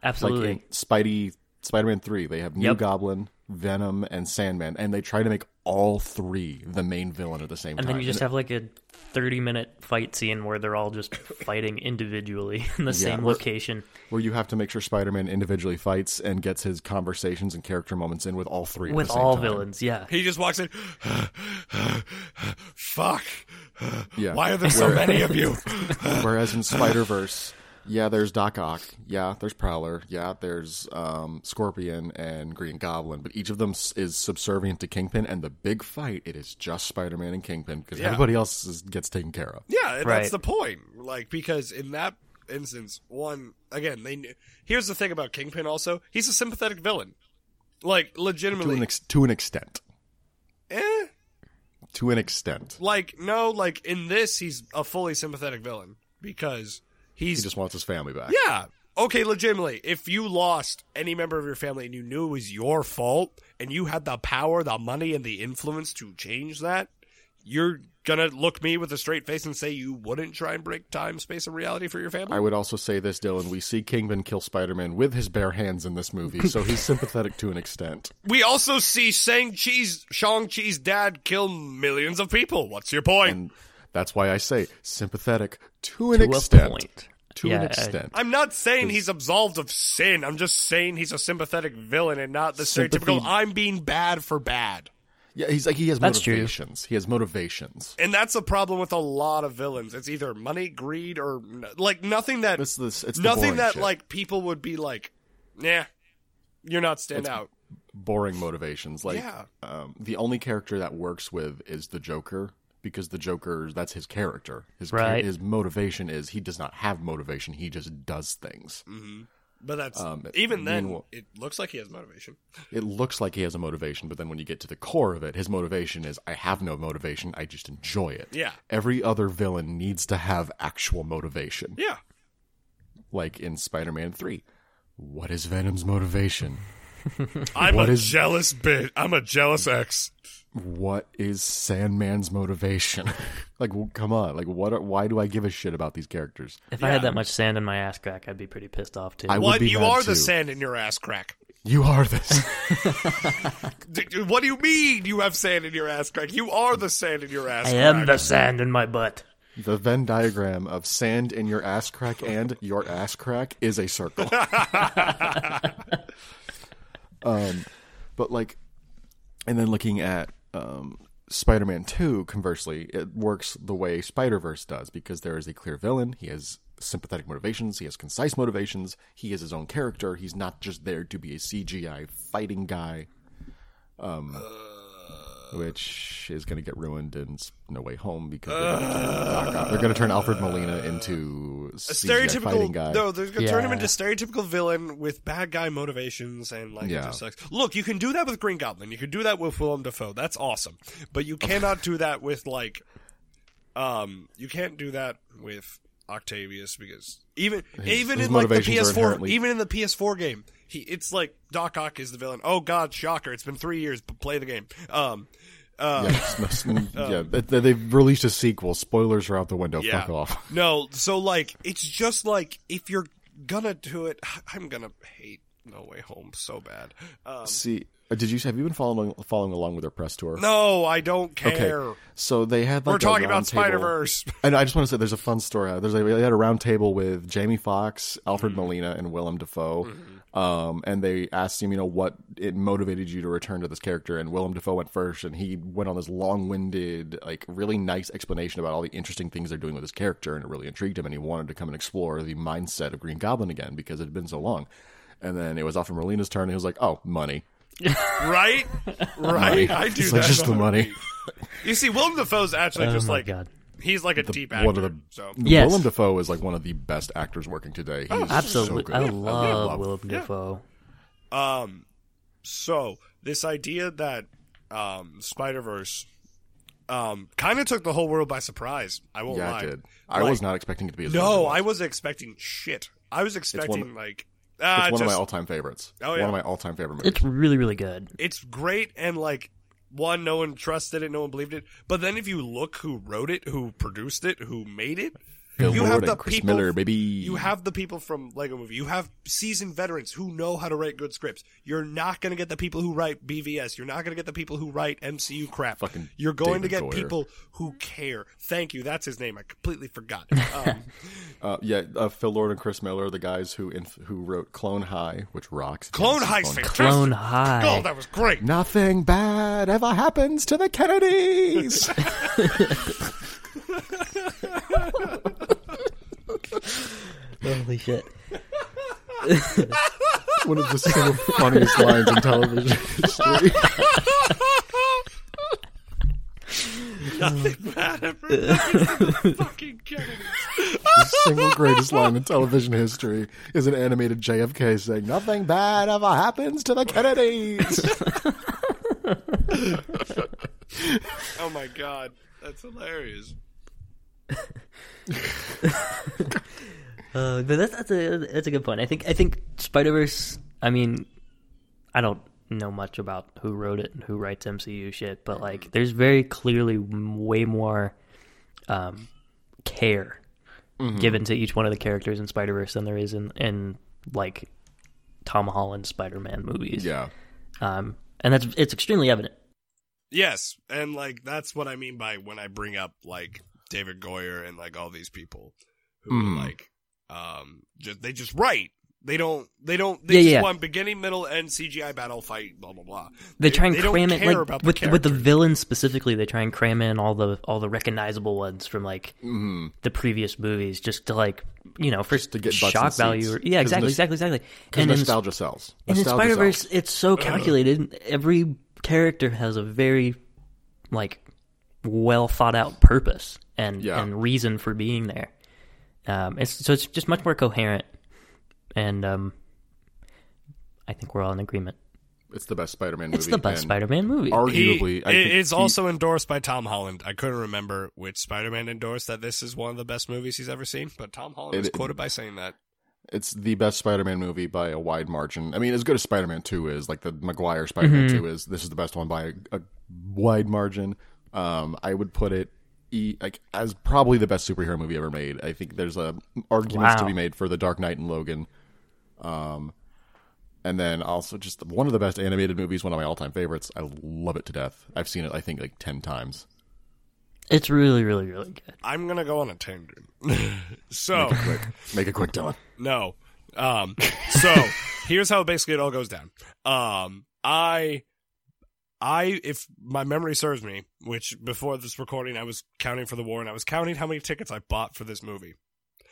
Speaker 3: Absolutely.
Speaker 2: Like in Spidey, Spider Man 3, they have New
Speaker 3: Yep.
Speaker 2: Goblin, Venom, and Sandman, and they try to make all three the main villain at the same
Speaker 3: and
Speaker 2: time.
Speaker 3: then you just have like a 30 minute fight scene where they're all just fighting individually [LAUGHS] in the same
Speaker 2: we're-
Speaker 3: location.
Speaker 2: where you have to make sure Spider Man individually fights and gets his conversations and character moments in with all three at
Speaker 3: With
Speaker 2: the same
Speaker 3: all
Speaker 2: time.
Speaker 3: villains, yeah.
Speaker 1: He just walks in. [SIGHS] Fuck.
Speaker 2: Yeah.
Speaker 1: Why are there so many of you?
Speaker 2: Whereas
Speaker 1: [LAUGHS]
Speaker 2: in Spider Verse, yeah, there's Doc Ock, yeah, there's Prowler, yeah, there's um, Scorpion and Green Goblin, but each of them s- is subservient to Kingpin, and the big fight it is just Spider Man and Kingpin because
Speaker 1: Yeah.
Speaker 2: everybody else is, gets taken care of.
Speaker 1: Yeah, and
Speaker 3: Right.
Speaker 1: that's the point. Like because in that instance, one again, they knew, here's the thing about Kingpin. Also, he's a sympathetic villain. Like
Speaker 2: To an
Speaker 1: legitimately,
Speaker 2: ex- to an extent,
Speaker 1: eh?
Speaker 2: to an extent,
Speaker 1: Like no, like in this, he's a fully sympathetic villain because he's
Speaker 2: he just wants his family back.
Speaker 1: yeah. Okay, legitimately, if you lost any member of your family and you knew it was your fault and you had the power, the money, and the influence to change that, you're gonna look me with a straight face and say you wouldn't try and break time, space, and reality for your family.
Speaker 2: I would also say this, Dylan. We see Kingpin kill Spider Man with his bare hands in this movie, so he's sympathetic to an extent.
Speaker 1: We also see Shang Chi's Shang Chi's dad kill millions of people. What's your point?
Speaker 2: And that's why I say sympathetic to an
Speaker 3: To
Speaker 2: extent.
Speaker 3: a point.
Speaker 2: To
Speaker 3: Yeah,
Speaker 2: an
Speaker 3: I-
Speaker 2: extent.
Speaker 1: I'm not saying he's absolved of sin. I'm just saying he's a sympathetic villain and not the
Speaker 2: Sympathy-
Speaker 1: stereotypical. I'm being bad for bad.
Speaker 2: Yeah, he's like he has
Speaker 3: That's true.
Speaker 2: motivations. He has motivations.
Speaker 1: And that's a problem with a lot of villains. It's either money, greed, or n- like nothing that
Speaker 2: It's this. It's the
Speaker 1: nothing
Speaker 2: boring
Speaker 1: that
Speaker 2: shit.
Speaker 1: like people would be like, nah, you're not stand out.
Speaker 2: boring motivations. Like
Speaker 1: Yeah.
Speaker 2: um, the only character that works with is the Joker because the Joker that's his character. His char-
Speaker 3: Right.
Speaker 2: his motivation is he does not have motivation. He just does things.
Speaker 1: But that's
Speaker 2: Um,
Speaker 1: even then,
Speaker 2: meanwhile-
Speaker 1: it looks like he has motivation.
Speaker 2: It looks like he has a motivation, but then when you get to the core of it, his motivation is I have no motivation. I just enjoy it.
Speaker 1: Yeah.
Speaker 2: Every other villain needs to have actual motivation.
Speaker 1: Yeah,
Speaker 2: Like in Spider-Man 3. What is Venom's motivation?
Speaker 1: I'm
Speaker 2: What
Speaker 1: a
Speaker 2: is-
Speaker 1: jealous bitch. I'm a jealous ex.
Speaker 2: what is Sandman's motivation? [LAUGHS] like, w come on, like, what? Are, why do I give a shit about these characters?
Speaker 3: If I had that much sand in my ass crack, I'd be pretty pissed off too.
Speaker 2: I would
Speaker 1: What
Speaker 2: be
Speaker 1: you
Speaker 2: mad
Speaker 1: are the
Speaker 2: too.
Speaker 1: sand in your ass crack.
Speaker 2: You are this. [LAUGHS]
Speaker 1: D- d- What do you mean you have sand in your ass crack? You are the sand in your ass.
Speaker 3: I
Speaker 1: crack.
Speaker 3: am the sand in my butt.
Speaker 2: the Venn diagram of sand in your ass crack and your ass crack is a circle. um, but like, and then looking at um, Spider-Man Two, conversely, it works the way Spider-Verse does because there is a clear villain. He has sympathetic motivations. He has concise motivations. He is his own character. He's not just there to be a CGI fighting guy. Um. Which is going to get ruined in S- No Way Home because they're gonna turn Doc Ock- they're going to turn Alfred Molina into
Speaker 1: [LAUGHS] A
Speaker 2: CGI fighting
Speaker 1: stereotypical.
Speaker 2: guy.
Speaker 1: No, they're gonna turn him
Speaker 3: Yeah.
Speaker 1: into stereotypical villain with bad guy motivations and like it
Speaker 2: Yeah.
Speaker 1: just sucks. Look, you can do that with Green Goblin. You can do that with Willem Dafoe. That's awesome. But you cannot do that with like, um, you can't do that with Octavius because even even
Speaker 2: his
Speaker 1: in like the
Speaker 2: motivations are
Speaker 1: PS4,
Speaker 2: inherently-
Speaker 1: even in the PS4 game, he it's like Doc Ock is the villain. Oh God, shocker! It's been three years. But play the game. Um, uh, [LAUGHS]
Speaker 2: yeah, yeah, they- they've released a sequel. Spoilers are out the window.
Speaker 1: Yeah.
Speaker 2: Fuck [LAUGHS] off.
Speaker 1: No, so like it's just like if you're gonna do it, [SIGHS] I'm gonna hate No Way Home so bad. Um,
Speaker 2: See, uh, did you have you been following following along with their press tour?
Speaker 1: no, I don't care.
Speaker 2: So they had like
Speaker 1: We're
Speaker 2: a
Speaker 1: talking about
Speaker 2: round table-
Speaker 1: Spider Verse.
Speaker 2: And I just want to say, there's a fun story. out There's a, they had a round table with Jamie Foxx, Alfred
Speaker 1: Mm-hmm.
Speaker 2: Molina, and Willem Dafoe, um, and they asked him, you know, what it motivated you to return to this character. And Willem Dafoe went first, and he went on this long-winded, like really nice explanation about all the interesting things they're doing with his character, and it really intrigued him, and he wanted to come and explore the mindset of Green Goblin again because it had been so long. And then it was Alfred Molina's turn, and he was like, "Oh, money,
Speaker 1: [LAUGHS] right? Right? I do
Speaker 2: It's
Speaker 1: that.
Speaker 2: like, just the money."
Speaker 1: [LAUGHS] You see, Willem Dafoe's actually
Speaker 2: Oh
Speaker 1: just
Speaker 3: Oh my
Speaker 1: like
Speaker 3: God.
Speaker 1: he's like a deep actor.
Speaker 2: one of the-
Speaker 1: so
Speaker 3: Yes.
Speaker 2: Willem Dafoe is like one of the best actors working today.
Speaker 1: Oh,
Speaker 2: He's so
Speaker 3: Absolutely,
Speaker 2: good.
Speaker 3: I
Speaker 2: Yeah.
Speaker 3: love Willem Dafoe.
Speaker 1: Um, so this idea that um, Spider Verse um, kind of took the whole world by surprise. I won't
Speaker 2: Yeah,
Speaker 1: lie.
Speaker 2: I did. I
Speaker 1: Like,
Speaker 2: was not expecting it to be as good as it
Speaker 1: No,
Speaker 2: was.
Speaker 1: I wasn't expecting shit. I was expecting like
Speaker 2: It's
Speaker 1: ah,
Speaker 2: one
Speaker 1: just,
Speaker 2: of my all-time favorites.
Speaker 1: Oh, yeah.
Speaker 2: One of my all-time favorite movies.
Speaker 3: It's really, really good.
Speaker 1: it's great and like one, no one trusted it, no one believed it. But then if you look who wrote it, who produced it, who made it,
Speaker 2: Bill
Speaker 1: you
Speaker 2: Ward
Speaker 1: have
Speaker 2: and
Speaker 1: the
Speaker 2: Chris
Speaker 1: people
Speaker 2: Miller, baby.
Speaker 1: You have the people from Lego Movie. You have seasoned veterans who know how to write good scripts. You're not going to get the people who write BVS. You're not going to get the people who write MCU crap.
Speaker 2: Fucking
Speaker 1: You're going to
Speaker 2: David
Speaker 1: get
Speaker 2: Goyer.
Speaker 1: people who care. Thank you. That's his name. I
Speaker 2: [LAUGHS]
Speaker 1: completely forgot. Um,
Speaker 2: uh, yeah, uh, Phil Lord and Chris Miller, are the guys who inf- who wrote Clone High, which rocks.
Speaker 1: Clone
Speaker 2: Yes,
Speaker 1: Heist. fantastic.
Speaker 3: Clone High.
Speaker 1: Oh, that was
Speaker 2: [LAUGHS]
Speaker 1: great.
Speaker 2: Nothing bad ever happens to the
Speaker 1: [LAUGHS]
Speaker 2: Kennedys.
Speaker 3: Holy shit!
Speaker 2: one of the single funniest lines in
Speaker 1: [LAUGHS]
Speaker 2: television history.
Speaker 1: Nothing bad ever happens to the fucking Kennedys.
Speaker 2: the single greatest line in television history is an animated JFK saying, "Nothing bad ever happens to the
Speaker 1: [LAUGHS]
Speaker 2: Kennedys."
Speaker 1: Oh my god, that's hilarious.
Speaker 3: Uh, but that's that's a that's a good point. I think I think Spider Verse. I mean, I don't know much about who wrote it and who writes MCU shit, but like, there's very clearly m- way more um, care given to each one of the characters in Spider Verse than there is in in like Tom Holland Spider Man movies.
Speaker 2: yeah.
Speaker 3: Um, and that's it's extremely evident.
Speaker 1: Yes, and like that's what I mean by when I bring up like
Speaker 3: Hmm.
Speaker 1: David Goyer and like all these people who
Speaker 2: Mm.
Speaker 1: like um just they just write. They don't. They don't. They
Speaker 3: Yeah,
Speaker 1: just
Speaker 3: yeah.
Speaker 1: want beginning, middle, end CGI battle fight. Blah blah blah.
Speaker 3: They, try and
Speaker 1: they don't
Speaker 3: cram it
Speaker 1: care
Speaker 3: like
Speaker 1: about
Speaker 3: with
Speaker 1: the
Speaker 3: with the
Speaker 1: characters.
Speaker 3: villains specifically. They try and cram in all the all the recognizable ones from like the previous movies, just to like you know first
Speaker 2: Mm-hmm. to get butts
Speaker 3: shock
Speaker 2: and
Speaker 3: value.
Speaker 2: seats.
Speaker 3: Yeah,
Speaker 2: 'Cause
Speaker 3: exactly,
Speaker 2: nos-
Speaker 3: exactly, exactly.
Speaker 2: Because
Speaker 3: And in,
Speaker 2: nostalgia sells.
Speaker 3: and in
Speaker 2: Nostalgia
Speaker 3: Spider Verse,
Speaker 2: sells.
Speaker 3: it's so calculated. Every character has a very like well thought out purpose and
Speaker 2: Yeah.
Speaker 3: and reason for being there. Um, it's, so it's just much more coherent, and um, I think we're all in agreement.
Speaker 2: it's the best Spider-Man movie.
Speaker 3: It's the best
Speaker 2: and
Speaker 3: Spider-Man movie.
Speaker 1: He-
Speaker 2: Arguably, I
Speaker 1: it-
Speaker 2: think
Speaker 1: it's
Speaker 2: he-
Speaker 1: also endorsed by Tom Holland. I couldn't remember which Spider-Man endorsed that this is one of the best movies he's ever seen, but Tom Holland
Speaker 2: It-
Speaker 1: is quoted by saying that.
Speaker 2: it's the best Spider-Man movie by a wide margin. I mean, as good as Spider-Man Two is, like the Maguire Spider-Man
Speaker 3: Mm-hmm.
Speaker 2: Two is, this is the best one by a, a wide margin. Um, I would put it e- like as probably the best superhero movie ever made. I think there's a arguments to
Speaker 3: Wow.
Speaker 2: be made for The Dark Knight and Logan. Um, and then also just one of the best animated movies, one of my all-time favorites. I love it to death. I've seen it, I think, like ten times.
Speaker 3: It's really, really, really good.
Speaker 1: I'm gonna go on a tangent. [LAUGHS] so
Speaker 2: Make it quick, Dylan.
Speaker 1: no. Um, so here's how basically it all goes down. Um, I, I, if my memory serves me, which before this recording I was counting for the war and I was counting how many tickets I bought for this movie.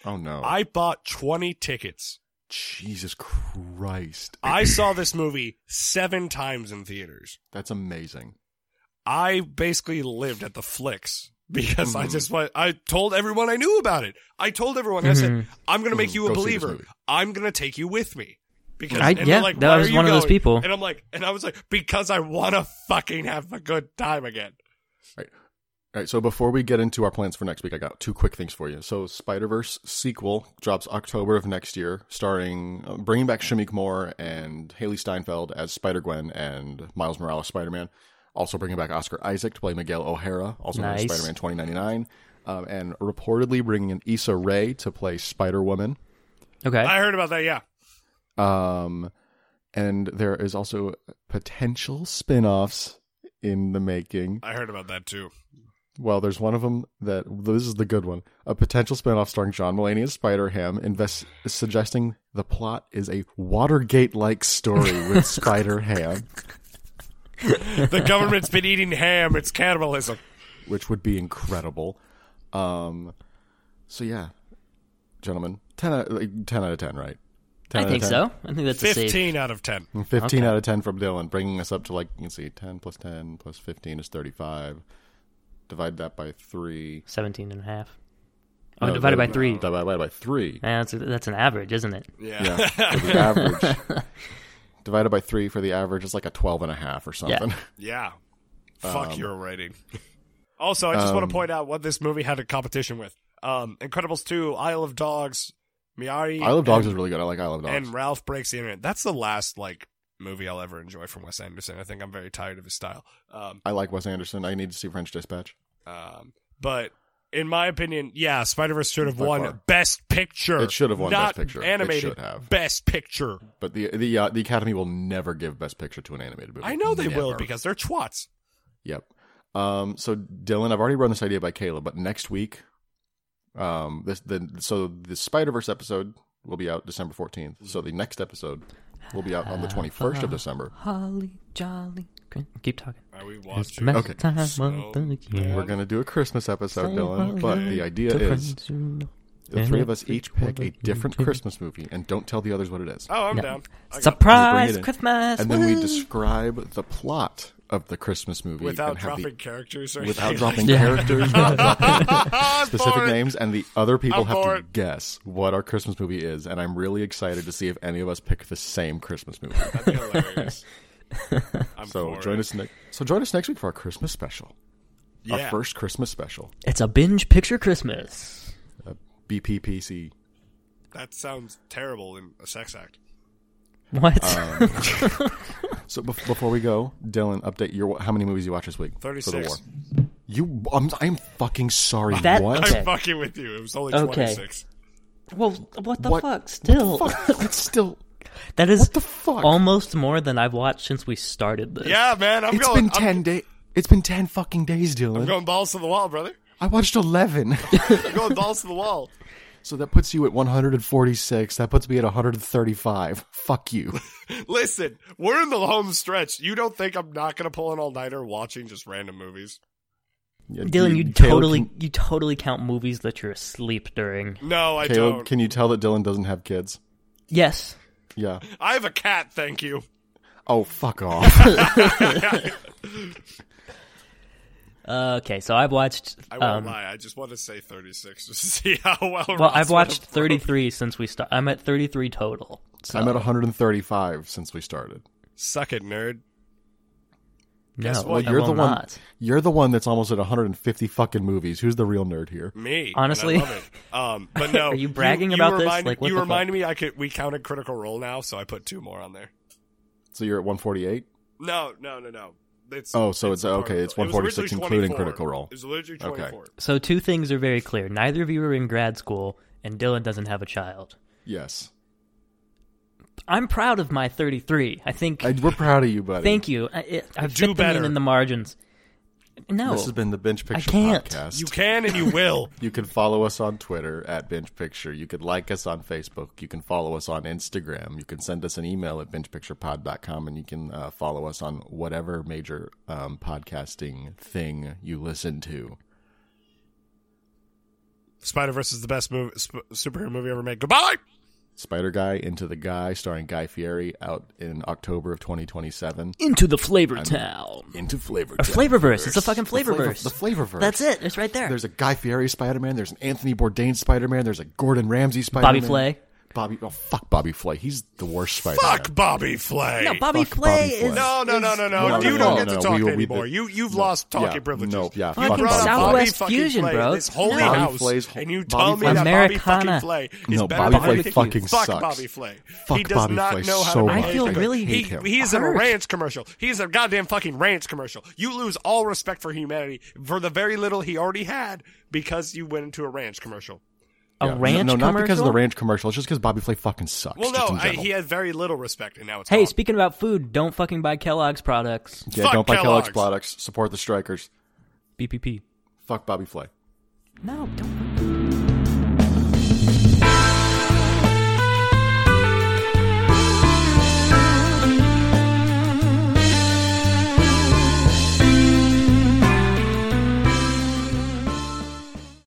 Speaker 2: Oh no!
Speaker 1: I bought 20 tickets.
Speaker 2: Jesus Christ,
Speaker 1: I saw this movie seven times in theaters.
Speaker 2: that's amazing.
Speaker 1: I basically lived at the flicks because
Speaker 3: Mm-hmm.
Speaker 1: I just went, I told everyone I knew about it. I told everyone, I said,
Speaker 3: Mm-hmm.
Speaker 1: I'm going to make
Speaker 2: Mhm.
Speaker 1: you a
Speaker 2: Go see this
Speaker 1: believer.
Speaker 2: movie.
Speaker 1: I'm going to take you with me. Because
Speaker 3: I-
Speaker 1: and they're
Speaker 3: yeah,
Speaker 1: like,
Speaker 3: that
Speaker 1: "Why
Speaker 3: was
Speaker 1: are you
Speaker 3: one of those
Speaker 1: going?"
Speaker 3: people.
Speaker 1: And I'm like, and I was like, because I want to fucking have a good time again.
Speaker 2: All right, so before we get into our plans for next week, I got two quick things for you. So, Spider Verse sequel drops October of next year, starring uh, bringing back Shamik Moore and Haley Steinfeld as Spider Gwen and Miles Morales Spider Man. Also bringing back Oscar Isaac to play Miguel O'Hara, also known as
Speaker 3: Nice.
Speaker 2: Spider Man 2099, um, and reportedly bringing in Issa Rae to play Spider Woman.
Speaker 3: Okay.
Speaker 1: I heard about that. Yeah.
Speaker 2: Um, and there is also potential spin offs in the making.
Speaker 1: I heard about that too.
Speaker 2: Well, there's one of them that this is the good one. A potential spinoff starring John Mulaney as Spider Ham, invest, suggesting the plot is a Watergate like story
Speaker 3: [LAUGHS]
Speaker 2: with Spider Ham,
Speaker 1: The government's been eating ham. It's
Speaker 3: [LAUGHS]
Speaker 1: cannibalism.
Speaker 2: which would be incredible. Um, so, yeah, gentlemen, 10 out, like, 10 out of 10, right? 10
Speaker 3: I
Speaker 2: out of
Speaker 3: think
Speaker 2: 10?
Speaker 3: so. I think that's a safe.
Speaker 1: 15 out of 10.
Speaker 2: 15 out of 10 from Dylan, bringing us up to like, you can see 10 plus 10 plus 15 is 35. Divide that by 3.
Speaker 3: 17 and a half. Oh,
Speaker 2: No,
Speaker 3: divided by
Speaker 2: no,
Speaker 3: three.
Speaker 2: Divided by 3.
Speaker 3: Yeah, that's, that's an average, isn't it?
Speaker 1: Yeah.
Speaker 2: Yeah, for the average. [LAUGHS] Divided by three for the average is like a 12 and a half or something. [LAUGHS]
Speaker 1: Yeah.
Speaker 2: Um,
Speaker 1: Fuck your rating. [LAUGHS] Also, I just want to point out what this movie had a competition with. Um, Incredibles 2, Isle of Dogs, Miyari.
Speaker 2: I Love Dogs
Speaker 1: and,
Speaker 2: is really good. I like I Love Dogs.
Speaker 1: and Ralph Breaks the Internet. That's the last, like, movie I'll ever enjoy from Wes Anderson. I think I'm very tired of his style. Um,
Speaker 2: I like Wes Anderson. I need to see French Dispatch.
Speaker 1: um, but in my opinion, yeah, Spider-Verse should have
Speaker 2: By
Speaker 1: won
Speaker 2: far.
Speaker 1: Best Picture.
Speaker 2: It should have won Best
Speaker 1: Not
Speaker 2: Picture. It
Speaker 1: Animated.
Speaker 2: should have.
Speaker 1: Best Picture.
Speaker 2: But the the uh, the Academy will never give Best Picture to an animated movie.
Speaker 1: I know they will
Speaker 2: Never.
Speaker 1: because they're twats.
Speaker 2: Yep. Um, so Dylan, I've already run this idea by Caleb, but next week, um, this the so the Spider Verse episode will be out December fourteenth. So the next episode will be out on the twenty first of December.
Speaker 3: Ah, Holly, jolly. Cr- Keep talking.
Speaker 1: Are we
Speaker 3: It's the
Speaker 1: watching?
Speaker 3: best
Speaker 2: Okay.
Speaker 3: time of
Speaker 1: So
Speaker 3: the year.
Speaker 2: We're gonna do a Christmas episode,
Speaker 3: Say
Speaker 2: Dylan. But
Speaker 3: hello
Speaker 2: the idea
Speaker 3: to
Speaker 2: is
Speaker 3: friends you know.
Speaker 2: The
Speaker 3: And
Speaker 2: three of us
Speaker 3: every
Speaker 2: each pick a
Speaker 3: holiday
Speaker 2: different
Speaker 3: you
Speaker 2: Christmas movie and don't tell the others what it is.
Speaker 1: Oh, I'm
Speaker 3: No.
Speaker 1: down. I got
Speaker 3: Surprise
Speaker 2: in.
Speaker 3: Christmas.
Speaker 2: And then we
Speaker 3: woo!
Speaker 2: describe the plot of the Christmas movie
Speaker 1: without
Speaker 2: and have
Speaker 1: dropping
Speaker 2: the-
Speaker 1: characters or
Speaker 2: without
Speaker 1: anything
Speaker 2: dropping
Speaker 3: Yeah.
Speaker 2: characters, without
Speaker 1: [LAUGHS]
Speaker 2: dropping
Speaker 1: I'm
Speaker 2: specific
Speaker 1: for it.
Speaker 2: names, and the other people
Speaker 1: I'm
Speaker 2: have
Speaker 1: for
Speaker 2: to
Speaker 1: it.
Speaker 2: guess what our Christmas movie is. And I'm really excited to see if any of us pick the same Christmas
Speaker 1: [LAUGHS]
Speaker 2: movie.
Speaker 1: That'd be
Speaker 2: [LAUGHS]
Speaker 1: hilarious. I'm
Speaker 2: so
Speaker 1: for
Speaker 2: join
Speaker 1: it.
Speaker 2: us next. So join us next week for our Christmas special,
Speaker 1: Yeah.
Speaker 2: our first Christmas special,
Speaker 3: [LAUGHS] It's a binge
Speaker 2: [LAUGHS]
Speaker 3: picture Christmas.
Speaker 2: uh, BPPC.
Speaker 1: That sounds terrible in a sex act.
Speaker 3: What?
Speaker 2: Um, So bef- before we go, Dylan, update your how many movies you watch this week for the
Speaker 1: 36.
Speaker 2: war. You, I'm, I'm fucking sorry.
Speaker 3: That-
Speaker 2: what?
Speaker 1: I'm
Speaker 3: Okay.
Speaker 1: fucking with you. It was only
Speaker 3: Okay.
Speaker 1: 26.
Speaker 3: well, what the
Speaker 2: What-
Speaker 3: fuck? Still,
Speaker 2: Fuck, it's still.
Speaker 3: that is
Speaker 2: What the fuck?
Speaker 3: almost more than I've watched since we started this.
Speaker 1: Yeah, man. I'm
Speaker 2: It's
Speaker 1: going.
Speaker 2: been
Speaker 1: I'm-
Speaker 2: 10 days. It's been 10 fucking days,
Speaker 1: I'm
Speaker 2: Dylan.
Speaker 1: going balls to the wall, brother. [LAUGHS]
Speaker 2: I watched 11. [LAUGHS]
Speaker 1: I'm going balls to the wall.
Speaker 2: So that puts you at 146. That puts me at 135. Fuck you.
Speaker 1: Listen, we're in the home stretch. You don't think I'm not gonna pull an all nighter watching just random movies?
Speaker 2: Yeah,
Speaker 3: Dylan, you
Speaker 2: Caleb,
Speaker 3: totally
Speaker 2: Can,
Speaker 3: you totally count movies that you're asleep during.
Speaker 1: No, I
Speaker 2: Caleb,
Speaker 1: don't.
Speaker 2: can you tell that Dylan doesn't have kids?
Speaker 3: Yes.
Speaker 1: [LAUGHS]
Speaker 2: Yeah.
Speaker 1: I have a cat. Thank you.
Speaker 2: Oh, fuck
Speaker 1: [LAUGHS]
Speaker 2: off.
Speaker 3: Uh, okay, so I've watched.
Speaker 1: I won't
Speaker 3: Um,
Speaker 1: lie. I just want to say 36 just to see how well.
Speaker 3: well,
Speaker 1: Ross
Speaker 3: I've
Speaker 1: would
Speaker 3: watched
Speaker 1: have-
Speaker 3: 33 since we start. I'm at 33 total. So
Speaker 2: I'm at 135 since we started.
Speaker 1: Suck it, nerd.
Speaker 3: no,
Speaker 1: what?
Speaker 2: Well,
Speaker 3: I
Speaker 2: you're
Speaker 3: will
Speaker 2: the one.
Speaker 3: not.
Speaker 2: You're the one that's almost at 150 fucking movies. Who's the real nerd here?
Speaker 1: Me. and
Speaker 3: Honestly.
Speaker 1: I love it. Um,
Speaker 3: [LAUGHS]
Speaker 1: but no.
Speaker 3: Are you bragging about this?
Speaker 1: reminded-
Speaker 3: Like, what
Speaker 1: you
Speaker 3: the
Speaker 1: reminded me. I could. We counted Critical Role now, so I put two more on there.
Speaker 2: So you're at 148.
Speaker 1: No, no, no, no. It's,
Speaker 2: Oh, so it's-
Speaker 1: part
Speaker 2: okay,
Speaker 1: of
Speaker 2: it's
Speaker 1: the- it was
Speaker 2: 146
Speaker 1: originally
Speaker 2: including
Speaker 1: 24.
Speaker 2: Critical Role.
Speaker 1: It was literally
Speaker 2: Okay.
Speaker 1: 24.
Speaker 3: So two things are very clear. Neither of you are in grad school, and Dylan doesn't have a child. [LAUGHS]
Speaker 2: Yes.
Speaker 3: I'm proud of my 33. I think.
Speaker 2: I, we're proud of you, buddy.
Speaker 3: thank you. I, I- I've
Speaker 1: Do
Speaker 3: dipped them in
Speaker 1: better.
Speaker 3: in the margins. No,
Speaker 2: This has been the Bench Picture
Speaker 3: can't.
Speaker 2: Podcast.
Speaker 1: You can and you will.
Speaker 2: You can follow us on Twitter at Bench Picture. You can like us on Facebook. You can follow us on Instagram. You can send us an email at benchpicturepod.com and you can uh, follow us on whatever major um, podcasting thing you listen to.
Speaker 1: Spider Verse is the best movie, sp- superhero movie ever made. Goodbye.
Speaker 2: Spider Guy Into the Guy, starring Guy Fieri, out in October of 2027.
Speaker 3: into the flavor town.
Speaker 2: Into Flavor.
Speaker 3: Or flavor verse. It's a fucking flavor
Speaker 2: flavor-
Speaker 3: verse.
Speaker 2: the flavor verse.
Speaker 3: That's it. It's right there.
Speaker 2: There's a Guy Fieri Spider Man. There's an Anthony Bourdain Spider Man. There's a Gordon Ramsay Spider Man.
Speaker 3: Bobby Flay.
Speaker 2: Bobby. Oh, fuck Bobby Flay. He's the worst Spider Man.
Speaker 1: Fuck Bobby Flay.
Speaker 3: no, Bobby
Speaker 2: fuck
Speaker 3: Flay
Speaker 2: Bobby
Speaker 3: is
Speaker 2: Flay.
Speaker 1: No, no, no,
Speaker 2: No,
Speaker 1: no, no.
Speaker 2: no,
Speaker 1: You
Speaker 2: no,
Speaker 1: don't get to
Speaker 2: no,
Speaker 1: talk
Speaker 2: we will- we-
Speaker 1: anymore. You you've lost talking
Speaker 2: yeah,
Speaker 1: privileges.
Speaker 2: no, yeah,
Speaker 1: You
Speaker 2: fuck
Speaker 1: brought up
Speaker 2: Bobby
Speaker 1: Bobby
Speaker 3: Southwest
Speaker 1: fucking
Speaker 3: Fusion,
Speaker 1: Flay,
Speaker 3: bro.
Speaker 1: This holy
Speaker 3: No.
Speaker 2: Bobby
Speaker 1: house,
Speaker 2: Flay's-
Speaker 1: and you tell
Speaker 2: Bobby
Speaker 1: me that Bobby fucking
Speaker 3: Americana.
Speaker 1: Flay is
Speaker 2: No,
Speaker 1: better
Speaker 2: Bobby
Speaker 1: than
Speaker 2: Flay
Speaker 1: Barbecue.
Speaker 2: fucking
Speaker 1: fuck
Speaker 2: sucks.
Speaker 1: Bobby Flay. he
Speaker 2: Fuck
Speaker 1: does
Speaker 2: Bobby
Speaker 1: not
Speaker 2: Flay
Speaker 1: know how
Speaker 2: so
Speaker 1: to
Speaker 2: much.
Speaker 1: play
Speaker 3: I feel
Speaker 1: anything.
Speaker 3: really
Speaker 1: he,
Speaker 2: hate him.
Speaker 1: he is in a
Speaker 3: hurt.
Speaker 1: ranch commercial. He's in a goddamn fucking ranch commercial. You lose all respect for humanity for the very little he already had because you went into a ranch commercial.
Speaker 3: a
Speaker 2: Yeah.
Speaker 3: ranch
Speaker 2: No, no, not
Speaker 3: commercial?
Speaker 2: because of the ranch commercial. It's just because Bobby Flay fucking sucks.
Speaker 1: Well,
Speaker 2: just
Speaker 1: no,
Speaker 2: in
Speaker 1: I,
Speaker 2: general.
Speaker 1: he had very little respect, and now it's
Speaker 3: Hey,
Speaker 1: gone.
Speaker 3: speaking about food, don't fucking buy Kellogg's products.
Speaker 2: yeah,
Speaker 1: Fuck
Speaker 2: don't buy Kellogg's
Speaker 1: Kellogg's.
Speaker 2: products. Support the strikers.
Speaker 3: BPP.
Speaker 2: Fuck Bobby Flay.
Speaker 3: No, don't.